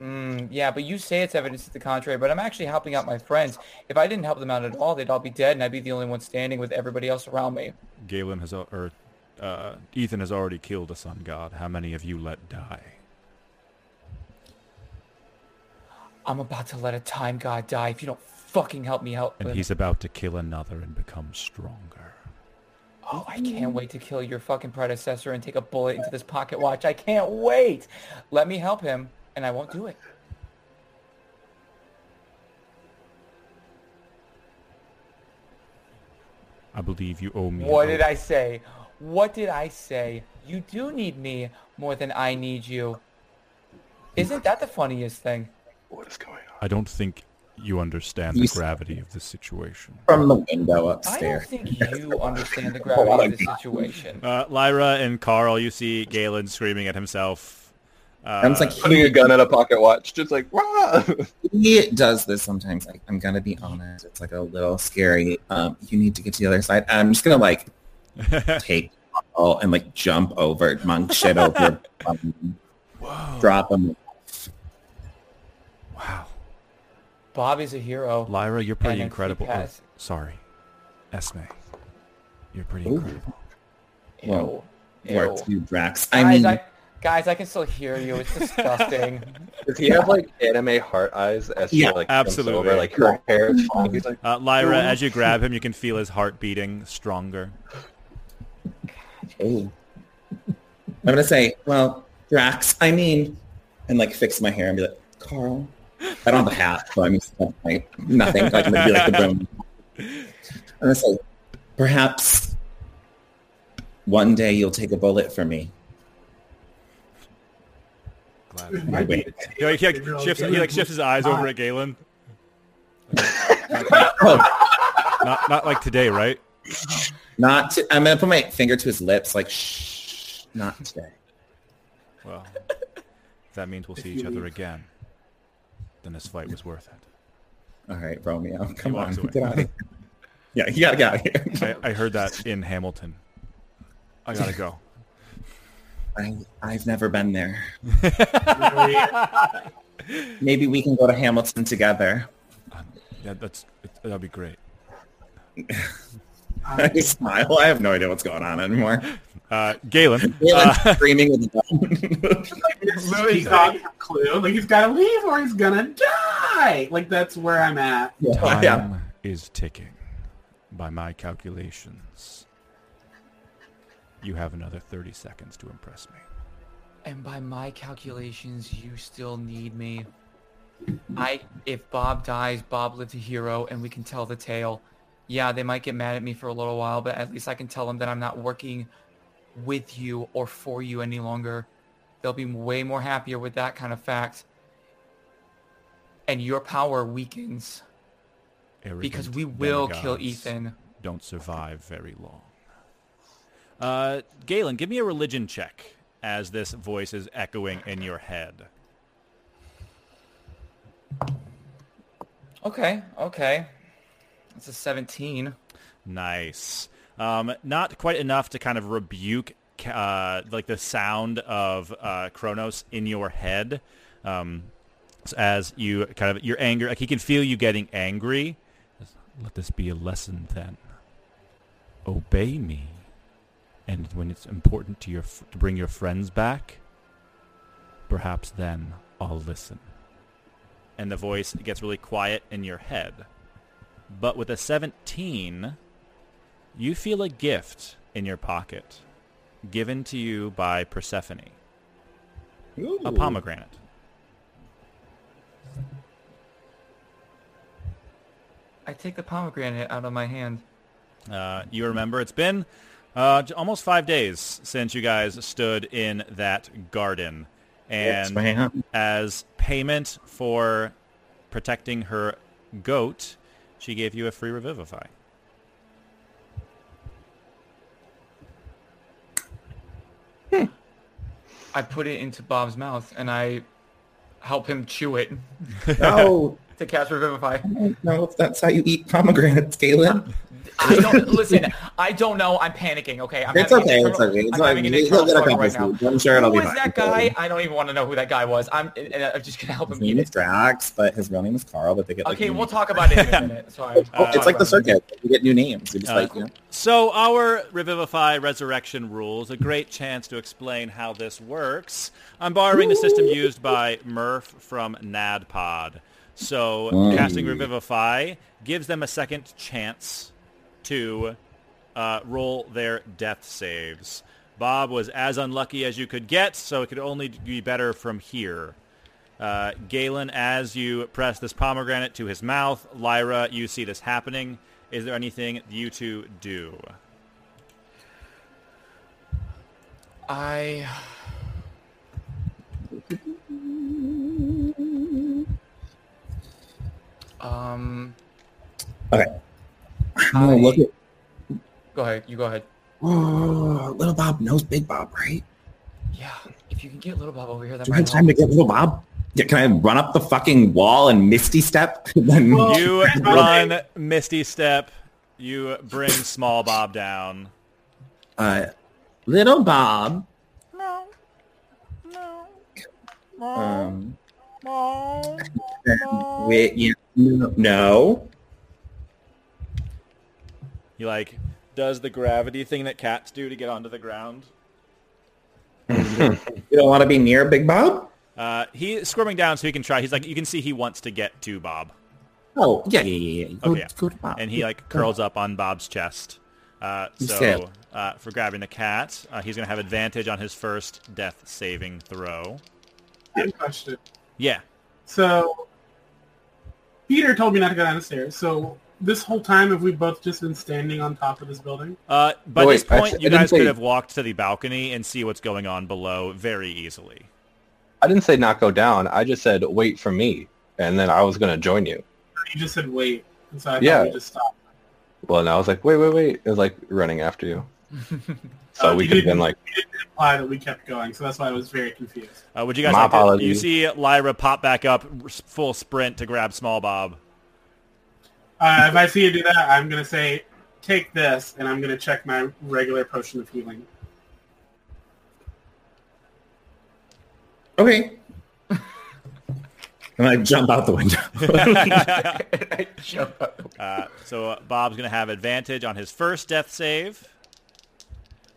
mm, yeah, but you say it's evidence to the contrary. But I'm actually helping out my friends. If I didn't help them out at all, they'd all be dead, and I'd be the only one standing with everybody else around me. Galen has, al- or uh, Ethan has already killed a sun god. How many of you let die? I'm about to let a time god die if you don't fucking help me help. And him. he's about to kill another and become stronger. Oh, I can't wait to kill your fucking predecessor and take a bullet into this pocket watch. I can't wait. Let me help him, and I won't do it. I believe you owe me. What an did oath. I say? What did I say? You do need me more than I need you. Isn't that the funniest thing? What is going on? I don't think you understand You the s- gravity of this situation. From the window I don't upstairs. think you understand the gravity of the situation. Uh, Lyra and Carl, you see Galen screaming at himself. Uh, I'm just like, Putting a gun in a pocket watch, just like, "Wah!" he does this sometimes. Like, I'm going to be honest. It's like a little scary. Um, you need to get to the other side. I'm just going to like take all and like jump over, monk shit over, um, drop him. Bobby's a hero. Lyra, you're And pretty if he incredible. Oh, pass- sorry, Esme, you're pretty Ooh. incredible. Ew. Well, Ew. Or to Drax. I Guys, mean, I, guys, I can still hear you. It's disgusting. Does he have like anime heart eyes as she Yeah, like jumps absolutely. over? Like her hair is falling. He's like, Uh, Lyra, as you grab him, you can feel his heart beating stronger. Ooh. I'm gonna say, well, Drax, I mean, and like fix my hair and be like, Carl. I don't have a hat, so I'm just like nothing. Like maybe like the broom. I'm gonna say, perhaps one day you'll take a bullet for me. Glad. I wait. He like, he, like, shifts, he like shifts his eyes over at Galen. Oh, Not, not like today, right? not. To, I'm gonna put my finger to his lips, like shh, not today. Well, that means we'll see each other again. Then this fight was worth it. All right, Romeo, come on, walks away. get out of here. Yeah, you gotta get out of here. I, I heard that in Hamilton. I gotta go. I, I've never been there. Really, Maybe we can go to Hamilton together. That, that's that'll be great. Uh, I smile. I have no idea what's going on anymore. Uh, Galen, uh, Galen's screaming with the gun. He's got a clue. Like he's gotta leave or he's gonna die. Like that's where I'm at. yeah. time yeah. is ticking. By my calculations, you have another thirty seconds to impress me. And by my calculations, you still need me. I if Bob dies, Bob lived a hero and we can tell the tale. Yeah, they might get mad at me for a little while, but at least I can tell them that I'm not working with you or for you any longer. They'll be way more happier with that kind of fact. and your power weakens because we will kill Ethan. Don't survive very long. Uh, Galen, give me a religion check as this voice is echoing in your head. Okay, okay. That's a 17. Nice. Um, not quite enough to kind of rebuke uh, like the sound of uh, Kronos in your head um, as you kind of your anger. Like he can feel you getting angry. Let this be a lesson then. Obey me, and when it's important to your f- to bring your friends back, perhaps then I'll listen. and the voice gets really quiet in your head. But with a 17, you feel a gift in your pocket given to you by Persephone, a pomegranate. I take the pomegranate out of my hand. Uh, you remember it's been uh, j- almost five days since you guys stood in that garden. Yes, And ma'am. as payment for protecting her goat, she gave you a free revivify. I put it into Bob's mouth and I help him chew it Oh, to cast Revivify. I don't know if that's how you eat pomegranates, Galen. I don't listen. I don't know. I'm panicking. Okay, I'm It's having okay. an It's okay. I'm It's having an okay. He'll internal get a struggle couple right now. sleeps. I'm sure it'll Who be is fine. that guy? I don't even want to know who that guy was. I'm. and- and I'm just gonna help His him name eat is it. Drax, but his real name is Carl. But they get like Okay, new we'll uh, names. talk about it in a minute. Sorry. Oh, it's like the We'll talk circuit. You get new names. You just Uh, like you know, So our Revivify Resurrection rules, a great chance to explain how this works. I'm borrowing the system used by Murph from NADPOD. So casting Revivify gives them a second chance to uh, roll their death saves. Bob was as unlucky as you could get, so it could only be better from here. Uh, Galen, as you press this pomegranate to his mouth, Lyra, you see this happening. Is there anything you two do? about it. I. Um. Okay. I'm gonna look I- at Go ahead. You go ahead. oh, little Bob knows Big Bob, right? Yeah. If you can get little Bob over here, that Do we have might time help. to get little Bob? Yeah, can I run up the fucking wall and Misty step? Then- Well- You Okay. run Misty Step. You bring Small Bob down. uh, little Bob. No. No. Um. Wait, yeah, no, no. He like does the gravity thing that cats do to get onto the ground. You don't want to be near Big Bob? Uh, he is squirming down so he can try. He's like you can see he wants to get to Bob, Oh, yeah, yeah, yeah. yeah. Go, Okay, yeah. go to Bob. and he like curls up on Bob's chest. Uh, so Step. uh, for grabbing the cat, uh, he's gonna have advantage on his first death saving throw. I have a question. Yeah, So Peter told me not to go downstairs. So this whole time have we both just been standing on top of this building? Uh, by Oh, wait, this point, actually, you I didn't guys could say- have walked to the balcony and see what's going on below very easily. I didn't say not go down. I just said wait for me, and then I was gonna join you. You just said wait. And so I Yeah. thought we just stopped. Well, and I was like, wait, wait, wait. It was like running after you. So Uh, we you could have been didn't- like, you didn't imply that we kept going, so that's why I was very confused. Uh, would you guys? My like to- apologies. you see Lyra pop back up, r- full sprint to grab Small Bob. Uh, if I see you do that, I'm gonna say, take this, and I'm gonna check my regular potion of healing. okay. And I jump out the window. Shut up. Uh, so uh, Bob's gonna have advantage on his first death save.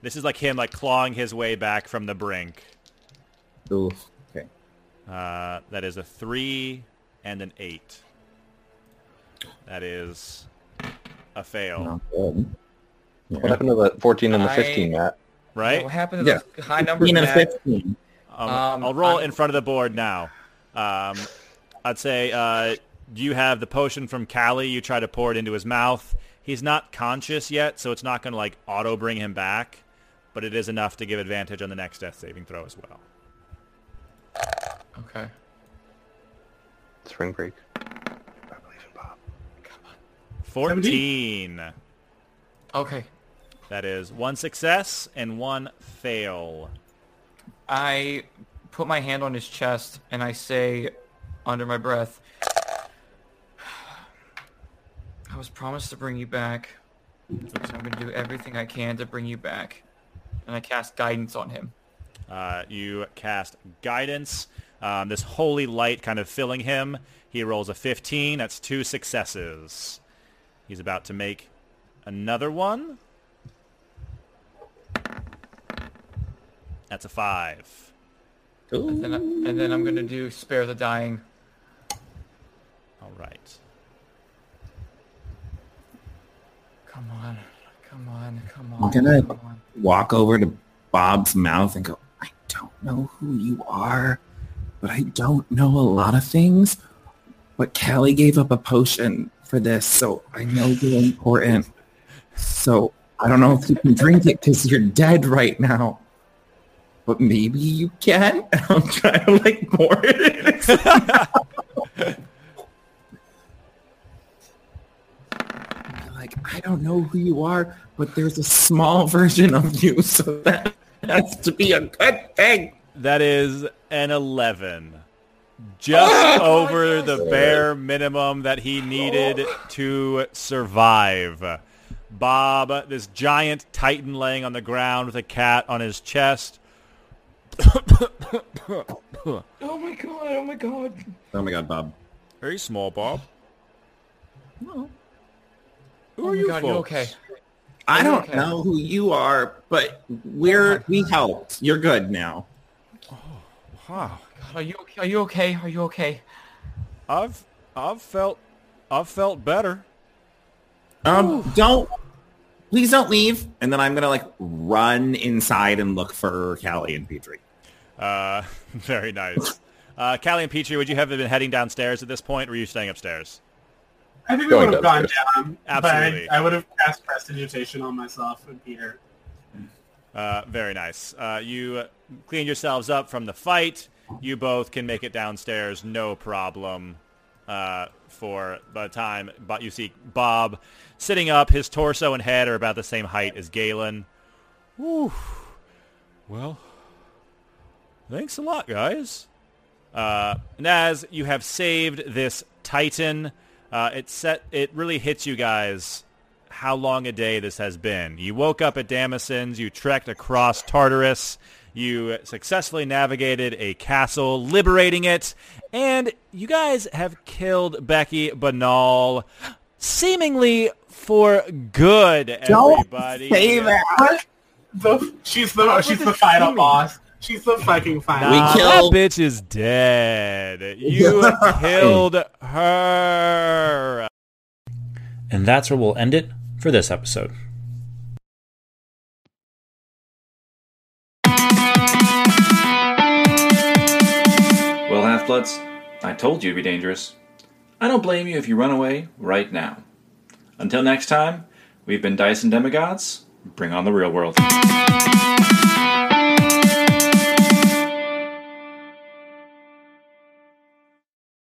This is like him like clawing his way back from the brink. Oof. Okay. Uh, that is a three and an eight. That is a fail, Not good. what happened to the 14 and the I- 15, Matt? right? What happened to those high numbers? 15 and a Matt? 15. Um, Um, I'll roll I'm- in front of the board now. Um, I'd say uh, you have the potion from Callie. You try to pour it into his mouth. He's not conscious yet, so it's not going to like auto bring him back, but it is enough to give advantage on the next death saving throw as well. Okay. Spring break. I believe in Bob. 14. Okay. That is one success and one fail. I put my hand on his chest and I say under my breath, I was promised to bring you back. So I'm going to do everything I can to bring you back. And I cast guidance on him. Uh, you cast guidance. Um, this holy light kind of filling him. He rolls a 15. That's two successes. He's about to make another one. That's a five. And then, I, and then I'm going to do spare the dying. All right. Come on. Come on. Come on. I'm gonna Come on. walk over to Bob's mouth and go, I don't know who you are, but I don't know a lot of things. But Callie gave up a potion for this, so I know you're important. So I don't know if you can drink it because you're dead right now. But maybe you can. I'm trying to like pour it in. You're like, I don't know who you are, but there's a small version of you, so that has to be a good thing. That is an 11. Just over the bare minimum that he needed to survive. Bob, this giant titan laying on the ground with a cat on his chest. Oh my god. Oh my god. Oh my god, Bob. Very small, Bob. Who are oh my you god, you folks? okay? I don't Okay. know who you are, but we're we helped. You're good now. Wow. God, are you okay? Are you okay? Are you okay? I've I've felt I've felt better. Um, don't please don't leave. And then I'm gonna like run inside and look for Callie and Petrie. Uh, very nice. Uh, Callie and Petrie, would you have been heading downstairs at this point, or were you staying upstairs? I think we Going would have gone downstairs. down. Absolutely. But I, I would have cast prestidigitation on myself and Peter. Uh, very nice. Uh, you clean yourselves up from the fight. You both can make it downstairs, no problem. Uh, for by the time, but you see Bob sitting up, his torso and head are about the same height as Galen. Whew. Well, thanks a lot, guys. Uh, Naz, you have saved this Titan. Uh, it set. It really hits you guys how long a day this has been. You woke up at Damascen's. You trekked across Tartarus. You successfully navigated a castle, liberating it, and you guys have killed Becky Banal, seemingly for good. Everybody, Say that. The, she's the she's the final boss. She's the fucking final. We Nah, killed- that bitch is dead. You killed her. And that's where we'll end it for this episode. Well, Half Bloods, I told you to be dangerous. I don't blame you if you run away right now. Until next time, we've been Dice and Demigods. Bring on the real world.